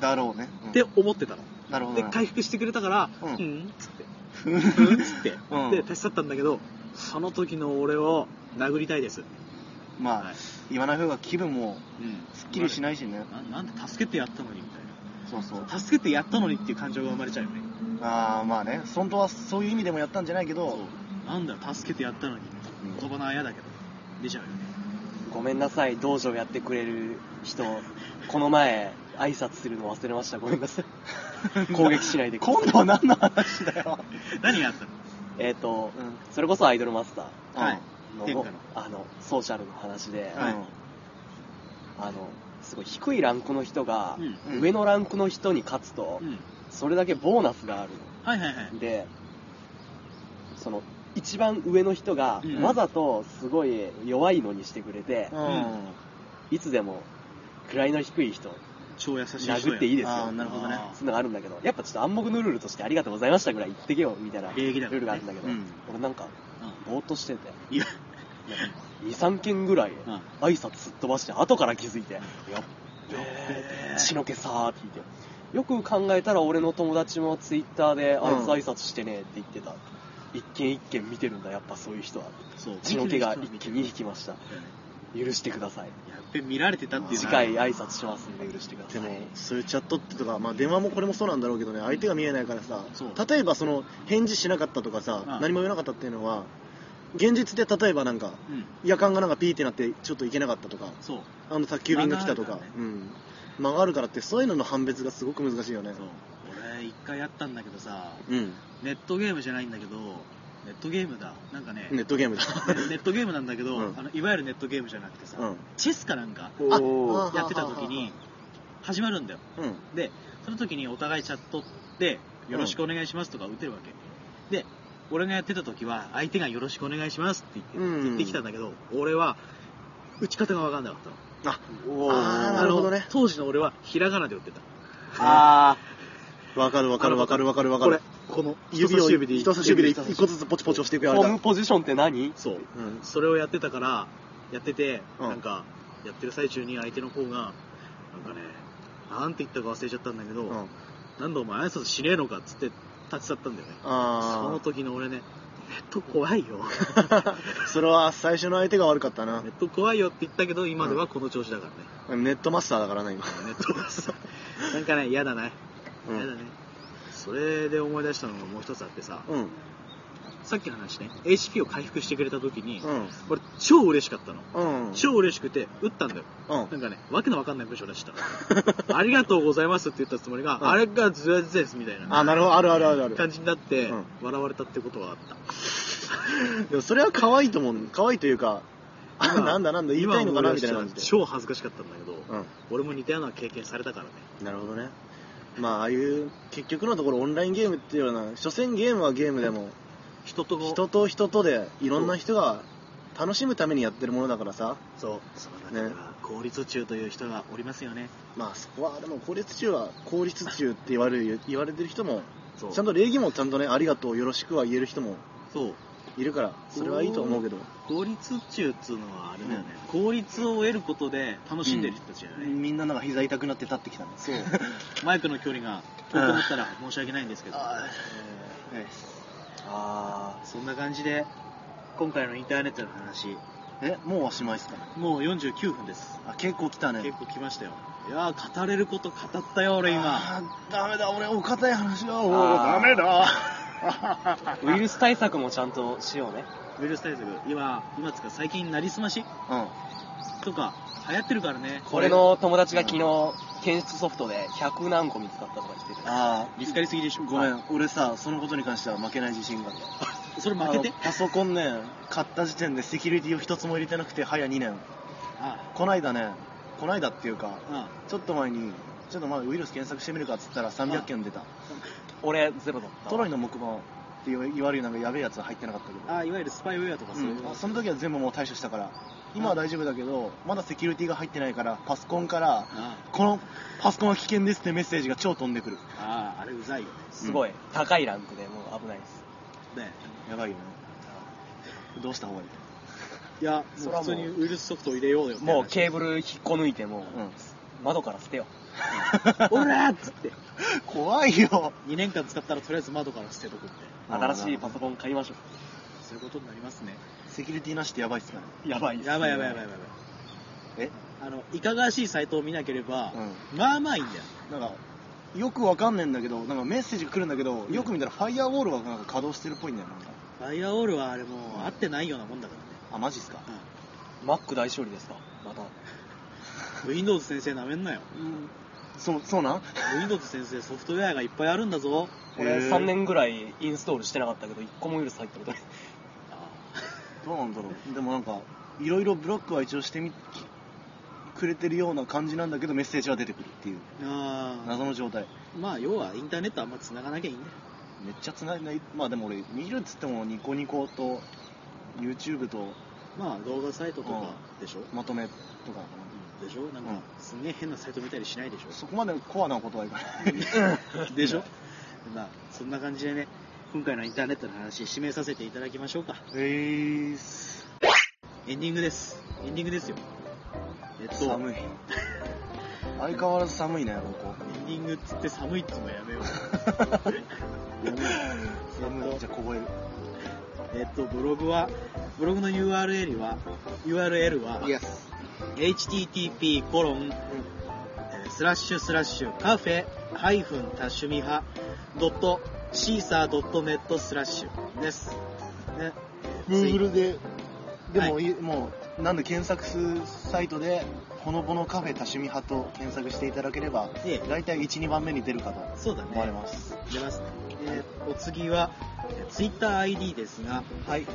[SPEAKER 6] だろうね、うん
[SPEAKER 1] って思ってたの、
[SPEAKER 6] なるほど
[SPEAKER 1] で
[SPEAKER 6] な
[SPEAKER 1] 回復してくれたから「う
[SPEAKER 6] うんん」
[SPEAKER 1] っつって「うん」 っつって、
[SPEAKER 6] うん
[SPEAKER 1] で立ち去ったんだけどその時の俺を殴りたいです、
[SPEAKER 6] まあ、
[SPEAKER 1] はい
[SPEAKER 6] 言わない方が気分も
[SPEAKER 1] うん、
[SPEAKER 6] すっきりしないしね
[SPEAKER 1] ななんで助けてやったのにみたいな
[SPEAKER 6] そうそう
[SPEAKER 1] 助けてやったのにっていう感情が生まれちゃうよね
[SPEAKER 6] ああまあね本当はそういう意味でもやったんじゃないけど
[SPEAKER 1] そうなんだよ助けてやったのに
[SPEAKER 6] うん
[SPEAKER 1] 言葉のあやだけど出ちゃうよね
[SPEAKER 3] ごめんなさい、道場やってくれる人、この前、挨拶するの忘れました、ごめんなさい。攻撃しないでくださ
[SPEAKER 6] 今
[SPEAKER 3] い。
[SPEAKER 6] 度は何の話だよ、
[SPEAKER 1] 何があったの
[SPEAKER 3] えっ、と、
[SPEAKER 6] うん
[SPEAKER 3] それこそアイドルマスタ
[SPEAKER 1] はい
[SPEAKER 3] ー
[SPEAKER 1] 天
[SPEAKER 3] の
[SPEAKER 1] 下の
[SPEAKER 3] あのソーシャルの話で、
[SPEAKER 1] はい
[SPEAKER 3] あのすごい低いランクの人が、
[SPEAKER 1] うん
[SPEAKER 6] うん
[SPEAKER 3] 上のランクの人に勝つと、
[SPEAKER 1] うん
[SPEAKER 3] それだけボーナスがある
[SPEAKER 1] はいはいはい
[SPEAKER 3] のでその一番上の人が、
[SPEAKER 1] うん
[SPEAKER 3] わざとすごい弱いのにしてくれて
[SPEAKER 6] う、
[SPEAKER 1] ん
[SPEAKER 3] いつでも位の低い人
[SPEAKER 1] 超優しい人や
[SPEAKER 3] 殴っていいですよ
[SPEAKER 6] あーなるほどね
[SPEAKER 1] あ
[SPEAKER 3] そういうのがあるんだけどやっぱちょっと暗黙のルールとしてありがとうございましたぐらい言ってけよみたいな
[SPEAKER 1] 礼儀だからね
[SPEAKER 3] ルールがあるんだけど、
[SPEAKER 1] うん
[SPEAKER 3] 俺なんかぼーっとしてて
[SPEAKER 1] ーいや
[SPEAKER 3] 23件ぐらい
[SPEAKER 1] うん
[SPEAKER 3] 挨拶すっ飛ばして後から気づいて「やっべえ血のけさ」って言って。よく考えたら俺の友達もツイッターで「あいつ挨拶してね」って言ってた、一件一件見てるんだやっぱそういう人は
[SPEAKER 1] そう
[SPEAKER 3] 血の気が
[SPEAKER 1] 本
[SPEAKER 3] 一
[SPEAKER 1] 当に
[SPEAKER 3] 気に引きました許してください
[SPEAKER 1] やっべ見られてたっていう
[SPEAKER 3] 次
[SPEAKER 1] のは
[SPEAKER 3] 回挨拶しますんで許してくださ
[SPEAKER 2] で
[SPEAKER 3] い
[SPEAKER 2] もそういうチャットってとか、まあ、電話もこれもそうなんだろうけどね相手が見えないからさ
[SPEAKER 1] そう
[SPEAKER 2] 例えばその返事しなかったとかさ、
[SPEAKER 1] うん
[SPEAKER 2] 何も言わなかったっていうのは現実で例えばなんか
[SPEAKER 1] うん
[SPEAKER 2] 夜間がなんかピーってなってちょっと行けなかったとか
[SPEAKER 1] そう
[SPEAKER 2] あの宅急便が来たとか
[SPEAKER 1] 間があるからね
[SPEAKER 2] うん、間があるからってそういうのの判別がすごく難しいよね
[SPEAKER 1] そう俺一回やったんだけどさ
[SPEAKER 2] うん
[SPEAKER 1] ネットゲームじゃないんだけどネットゲームだなんかね
[SPEAKER 2] ネットゲームだ
[SPEAKER 1] ねネットゲームなんだけど、
[SPEAKER 2] うん
[SPEAKER 1] あのいわゆるネットゲームじゃなくてさ、
[SPEAKER 2] うん
[SPEAKER 1] チェスかなんか
[SPEAKER 3] お
[SPEAKER 2] ー
[SPEAKER 1] やってた時に始まるんだよ
[SPEAKER 2] うん
[SPEAKER 1] でその時にお互いチャットで「よろしくお願いします」とか打てるわけ、で俺がやってた時は相手が「よろしくお願いします」って言って,、
[SPEAKER 2] うん
[SPEAKER 1] 言ってきたんだけど俺は打ち方が分かんなかったの
[SPEAKER 2] あ
[SPEAKER 3] お
[SPEAKER 2] あーなるほどね
[SPEAKER 1] あの当時の俺はひらがなで打ってた
[SPEAKER 3] あ
[SPEAKER 2] わかるわかるわかるわかるわか
[SPEAKER 1] こ
[SPEAKER 2] る
[SPEAKER 1] れこの
[SPEAKER 2] 指を
[SPEAKER 1] で
[SPEAKER 2] 人差し指で一個ずつポチポチ押していく
[SPEAKER 3] あ
[SPEAKER 2] や
[SPEAKER 3] ホ
[SPEAKER 2] つ
[SPEAKER 3] ームポジションって何
[SPEAKER 1] そう
[SPEAKER 2] うん
[SPEAKER 1] それをやってたからやってて、
[SPEAKER 2] うん
[SPEAKER 1] なんかやってる最中に相手の方がなんかねなんて言ったか忘れちゃったんだけど、
[SPEAKER 2] うん
[SPEAKER 1] なんだお前挨拶しねえのかっつって立ち去ったんだよねその
[SPEAKER 2] あ
[SPEAKER 1] 時の俺ねネット怖いよ
[SPEAKER 2] あそれは最初の相手が悪かったな
[SPEAKER 1] ネット怖いよって言ったけど今ではこの調子だからね、
[SPEAKER 2] ネットマスターだからな今
[SPEAKER 1] ネットが さなんかね嫌だね
[SPEAKER 2] う
[SPEAKER 1] 嫌だね、
[SPEAKER 2] ん
[SPEAKER 1] それで思い出したのがもう一つあってさ、
[SPEAKER 2] うん
[SPEAKER 1] さっきの話ね HP を回復してくれた時に、
[SPEAKER 2] うん
[SPEAKER 1] 俺超嬉しかったの
[SPEAKER 2] うん
[SPEAKER 1] 超嬉しくて打ったんだよ
[SPEAKER 2] うん
[SPEAKER 1] なんかね、わけのわかんない文章出したのありがとうございますって言ったつもりが、
[SPEAKER 2] うん
[SPEAKER 1] あれがずやずやですみたいな
[SPEAKER 2] あなるほどあるあるあるある
[SPEAKER 1] 感じになって、
[SPEAKER 2] うん
[SPEAKER 1] 笑われたってことはあった。
[SPEAKER 2] でもそれは可愛いと思う可愛いというか あ
[SPEAKER 1] 今
[SPEAKER 2] なんだなんだ言いたいのか
[SPEAKER 1] 今
[SPEAKER 2] な
[SPEAKER 1] 思
[SPEAKER 2] み
[SPEAKER 1] 出した
[SPEAKER 2] たいな
[SPEAKER 1] ら
[SPEAKER 2] 感じで
[SPEAKER 1] 超恥ずかしかったんだけど、
[SPEAKER 2] うん
[SPEAKER 1] 俺も似たような経験されたからね。
[SPEAKER 2] なるほどねまあああいう結局のところオンラインゲームっていうのは所詮ゲームはゲームでも
[SPEAKER 1] 人と
[SPEAKER 2] 人と人とでいろんな人が楽しむためにやってるものだからさ
[SPEAKER 1] そう、その中には、
[SPEAKER 2] ね
[SPEAKER 1] 効率中という人がおりますよね。
[SPEAKER 2] まあそこはでも効率中は効率中って言われる言われてる人も
[SPEAKER 1] そう。
[SPEAKER 2] ちゃんと礼儀もちゃんとねありがとうよろしくは言える人も
[SPEAKER 1] そう。
[SPEAKER 2] いるからそれはいいと思うけど
[SPEAKER 1] 効率中っつうのはあれだよね、効率を得ることで楽しんでる人たちだよね。
[SPEAKER 6] みんななんか膝痛くなって立ってきたねそう
[SPEAKER 1] マイクの距離が遠くなったら申し訳ないん ですけど。
[SPEAKER 3] あ
[SPEAKER 1] そんな感じで、今回のインターネットの話、
[SPEAKER 6] えもうおしまいっすか
[SPEAKER 1] もう49分です。
[SPEAKER 6] あ結構来たね
[SPEAKER 1] 結構来ましたよ。いやー、語れること語ったよ、俺今。
[SPEAKER 6] あーダメだ俺お堅い話はもう
[SPEAKER 3] あ
[SPEAKER 6] ダ
[SPEAKER 3] ー
[SPEAKER 6] メだ
[SPEAKER 3] ーウイルス対策もちゃんとしようね
[SPEAKER 1] ウイルス対策、今、今つか最近なりすまし
[SPEAKER 6] うん
[SPEAKER 1] とか、流行ってるからね。
[SPEAKER 3] 俺の友達が昨日検出ソフトで100何個見つかったとか言ってた
[SPEAKER 6] あ
[SPEAKER 1] 見つかりすぎでしょ。
[SPEAKER 6] ーごめ
[SPEAKER 1] あ。
[SPEAKER 6] ん俺さそのことに関しては負けない自信がある
[SPEAKER 1] それ 負けて
[SPEAKER 6] あの。パソコンね買った時点でセキュリティを一つも入れてなくて早2年
[SPEAKER 1] あ
[SPEAKER 6] こないだね
[SPEAKER 2] この間っていうか
[SPEAKER 1] うん
[SPEAKER 2] ちょっと前にちょっとまあウイルス検索してみるかっつったら300件出た
[SPEAKER 3] 俺ゼロだった
[SPEAKER 2] トロイの木馬っていわゆるなんかやべえやつは入ってなかったけど
[SPEAKER 1] あいわゆるスパイウェアとかそういう、
[SPEAKER 2] うんその時は全部もう対処したから今は大丈夫だけどまだセキュリティが入ってないからパソコンから
[SPEAKER 1] あ
[SPEAKER 2] このパソコンは危険ですってメッセージが超飛んでくる
[SPEAKER 1] ああれうざいよね
[SPEAKER 3] すごい、高いランクでもう危ないです
[SPEAKER 1] ね
[SPEAKER 2] やばいよねどうした方がいい
[SPEAKER 1] いやも
[SPEAKER 3] そうらも
[SPEAKER 1] 普
[SPEAKER 3] う
[SPEAKER 1] 通にウイルスソフトを入れようよ
[SPEAKER 3] もうケーブル引っこ抜いても
[SPEAKER 2] うん
[SPEAKER 3] う窓から捨てよ
[SPEAKER 1] ブルっつって
[SPEAKER 2] 怖いよ
[SPEAKER 1] 2年間使ったらとりあえず窓から捨てとくって
[SPEAKER 3] 新しいパソコン買いましょ
[SPEAKER 1] そういうことになりますね
[SPEAKER 2] セキュリティなしってやばいっすかね
[SPEAKER 3] うやばいっすね
[SPEAKER 1] やばいやばいやばいやばい
[SPEAKER 2] え
[SPEAKER 1] あのいかがわしいサイトを見なければ、
[SPEAKER 2] う
[SPEAKER 1] まあまあいいんだよ
[SPEAKER 2] なんかよくわかんねえんだけどなんかメッセージが来るんだけどよく見たらファイアウォールはなんか稼働してるっぽいんだよなんか
[SPEAKER 1] ファイアウォールはあれもう合ってないようなもんだからね
[SPEAKER 2] あマジっすか
[SPEAKER 3] Mac 大勝利ですかまた
[SPEAKER 1] Windows 先生なめんなよ
[SPEAKER 2] そうそうなん
[SPEAKER 1] Windows 先生ソフトウェアがいっぱいあるんだぞ
[SPEAKER 2] へ
[SPEAKER 3] 俺
[SPEAKER 2] ー
[SPEAKER 3] 3年ぐらいインストールしてなかったけど1個もウイルス入ってると
[SPEAKER 2] どうなんだろうでもなんかいろいろブロックは一応してみくれてるような感じなんだけどメッセージは出てくるっていう
[SPEAKER 1] あ
[SPEAKER 2] 謎の状態
[SPEAKER 1] あまあ要はインターネットあんま繋がなきゃいいんだよ
[SPEAKER 2] めっちゃつないないまあでも俺見るっつってもニコニコと YouTube と
[SPEAKER 1] まあ動画サイトとかでしょ、
[SPEAKER 2] まとめとかか
[SPEAKER 1] うんでしょなんか、
[SPEAKER 2] うん
[SPEAKER 1] すんげえ変なサイト見たりしないでし
[SPEAKER 2] なそこまでコアなことはいかない
[SPEAKER 1] ょ でしょまあそんな感じでね今回のインターネットの話締めさせていただきましょうか
[SPEAKER 2] えーす
[SPEAKER 1] エンディングですエンディングですよえっと
[SPEAKER 2] 寒い相変わらず寒いねここ
[SPEAKER 1] エンディングっつって寒いっつうのやめよう
[SPEAKER 2] 寒いじゃあ凍える
[SPEAKER 1] えっとブログはブログの URL は URL は http コロン、えースラッシュスラッシュカフェハイフン多趣味派ドットシーサードットネットスラッシュです。ね、
[SPEAKER 2] Google ででも、
[SPEAKER 1] はい
[SPEAKER 2] もうなんで検索サイトで「ほのぼのカフェ多趣味派」と検索していただければ
[SPEAKER 1] ええ
[SPEAKER 2] 大体12番目に出るかと
[SPEAKER 1] そうだね。
[SPEAKER 2] 思われます、
[SPEAKER 1] 出ますね。えーお次は、ツイッター ID ですが、
[SPEAKER 2] はい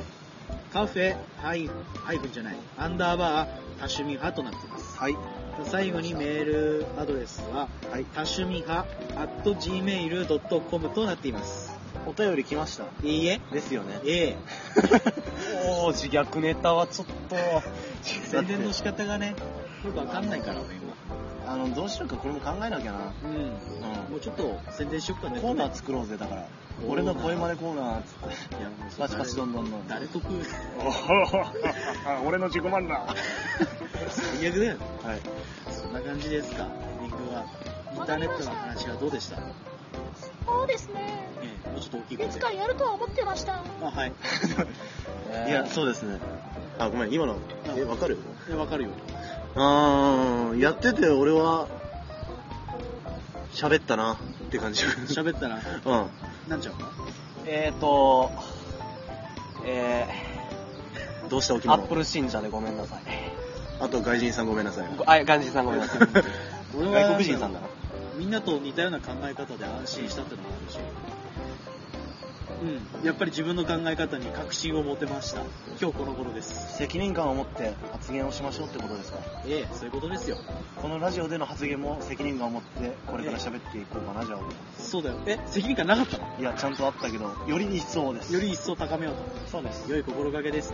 [SPEAKER 1] カフェ、ハイ、ハイフンじゃない、アンダーバー、多趣味派となっています。
[SPEAKER 2] はい
[SPEAKER 1] 最後にメールアドレスは、
[SPEAKER 2] はい
[SPEAKER 1] 多趣味派、at gmail.com となっています。
[SPEAKER 2] お便り来ました
[SPEAKER 1] いいえ、
[SPEAKER 2] ですよね
[SPEAKER 1] ええ。
[SPEAKER 3] おお自虐ネタはちょっと
[SPEAKER 1] 宣伝の仕方がね、よくわかんないから、俺今。
[SPEAKER 2] あのどうしようかこれも考えなきゃな、
[SPEAKER 1] うん。
[SPEAKER 2] う
[SPEAKER 1] もうちょっと宣伝しよっかね。
[SPEAKER 2] ん、コーナー作ろうぜだから
[SPEAKER 1] コーナー
[SPEAKER 2] 俺の声真似コーナーっつって
[SPEAKER 1] いやもうそれ
[SPEAKER 2] パチパチどんどんどん
[SPEAKER 1] 誰得
[SPEAKER 2] 俺の自己満だ
[SPEAKER 1] 最悪だよね。
[SPEAKER 2] はい
[SPEAKER 1] そんな感じですか。リングは、インターネットの話はどうでした
[SPEAKER 7] そうですね。
[SPEAKER 1] ええ、もうちょっと大きい声
[SPEAKER 7] い
[SPEAKER 1] で
[SPEAKER 7] つかやるとは思ってました。
[SPEAKER 1] あ、はい。
[SPEAKER 2] いやそうですね
[SPEAKER 8] あごめん今のえわかる
[SPEAKER 1] え、わかるよ。
[SPEAKER 8] あーやってて俺は喋ったなって感じ うん
[SPEAKER 1] 喋ったら、なんちゃうか
[SPEAKER 3] えーとえ
[SPEAKER 8] どうしたおき
[SPEAKER 3] ー、アッ
[SPEAKER 8] も
[SPEAKER 3] プル信者でごめんなさい
[SPEAKER 8] あと外人さんごめんなさい
[SPEAKER 3] あガンジーさんごめんなさ い
[SPEAKER 1] 俺は
[SPEAKER 8] 外国人さんだな
[SPEAKER 1] みんなと似たような考え方で安心したってのもあるし。うん。やっぱり自分の考え方に確信を持てました。今日この頃です。
[SPEAKER 2] 責任感を持って発言をしましょうってことですか
[SPEAKER 1] ええ、そういうことですよ。
[SPEAKER 2] このラジオでの発言も責任感を持ってこれから喋っていこうかなじゃあ
[SPEAKER 1] そうだよ。え、責任感なかったの
[SPEAKER 2] いやちゃんとあったけどより一層です
[SPEAKER 1] より一層高めようと。
[SPEAKER 2] そうです
[SPEAKER 1] 良い心がけです。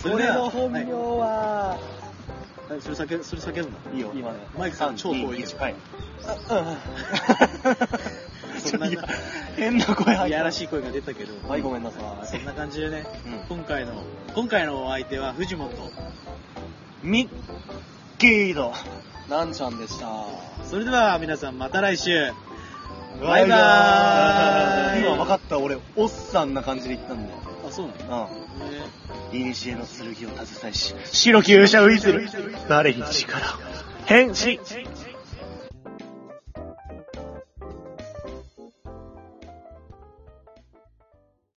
[SPEAKER 1] それで
[SPEAKER 3] 俺
[SPEAKER 1] は
[SPEAKER 3] の本名は、
[SPEAKER 1] はい、それ叫それ叫ぶんだ。
[SPEAKER 2] いいよ
[SPEAKER 3] 今ね
[SPEAKER 1] マイクさん超遠いけど
[SPEAKER 2] 321はい
[SPEAKER 1] そんな
[SPEAKER 2] 変な声入った
[SPEAKER 1] いやらしい声が出たけど、
[SPEAKER 3] はいごめんなさ
[SPEAKER 1] そ
[SPEAKER 3] い
[SPEAKER 1] んな感じでね、
[SPEAKER 2] うん
[SPEAKER 1] 今回の今回のお相手は藤本と。
[SPEAKER 2] ミッキード
[SPEAKER 3] なんちゃんでした
[SPEAKER 1] それでは皆さんまた来週。
[SPEAKER 2] バ
[SPEAKER 1] バイバーイ
[SPEAKER 2] 今分かった俺おっさんな感じで言ったんだよ
[SPEAKER 1] あ、そうなの、
[SPEAKER 2] う
[SPEAKER 1] ね
[SPEAKER 2] んいにしえの剣を携えし白き勇者を維する誰に力を変身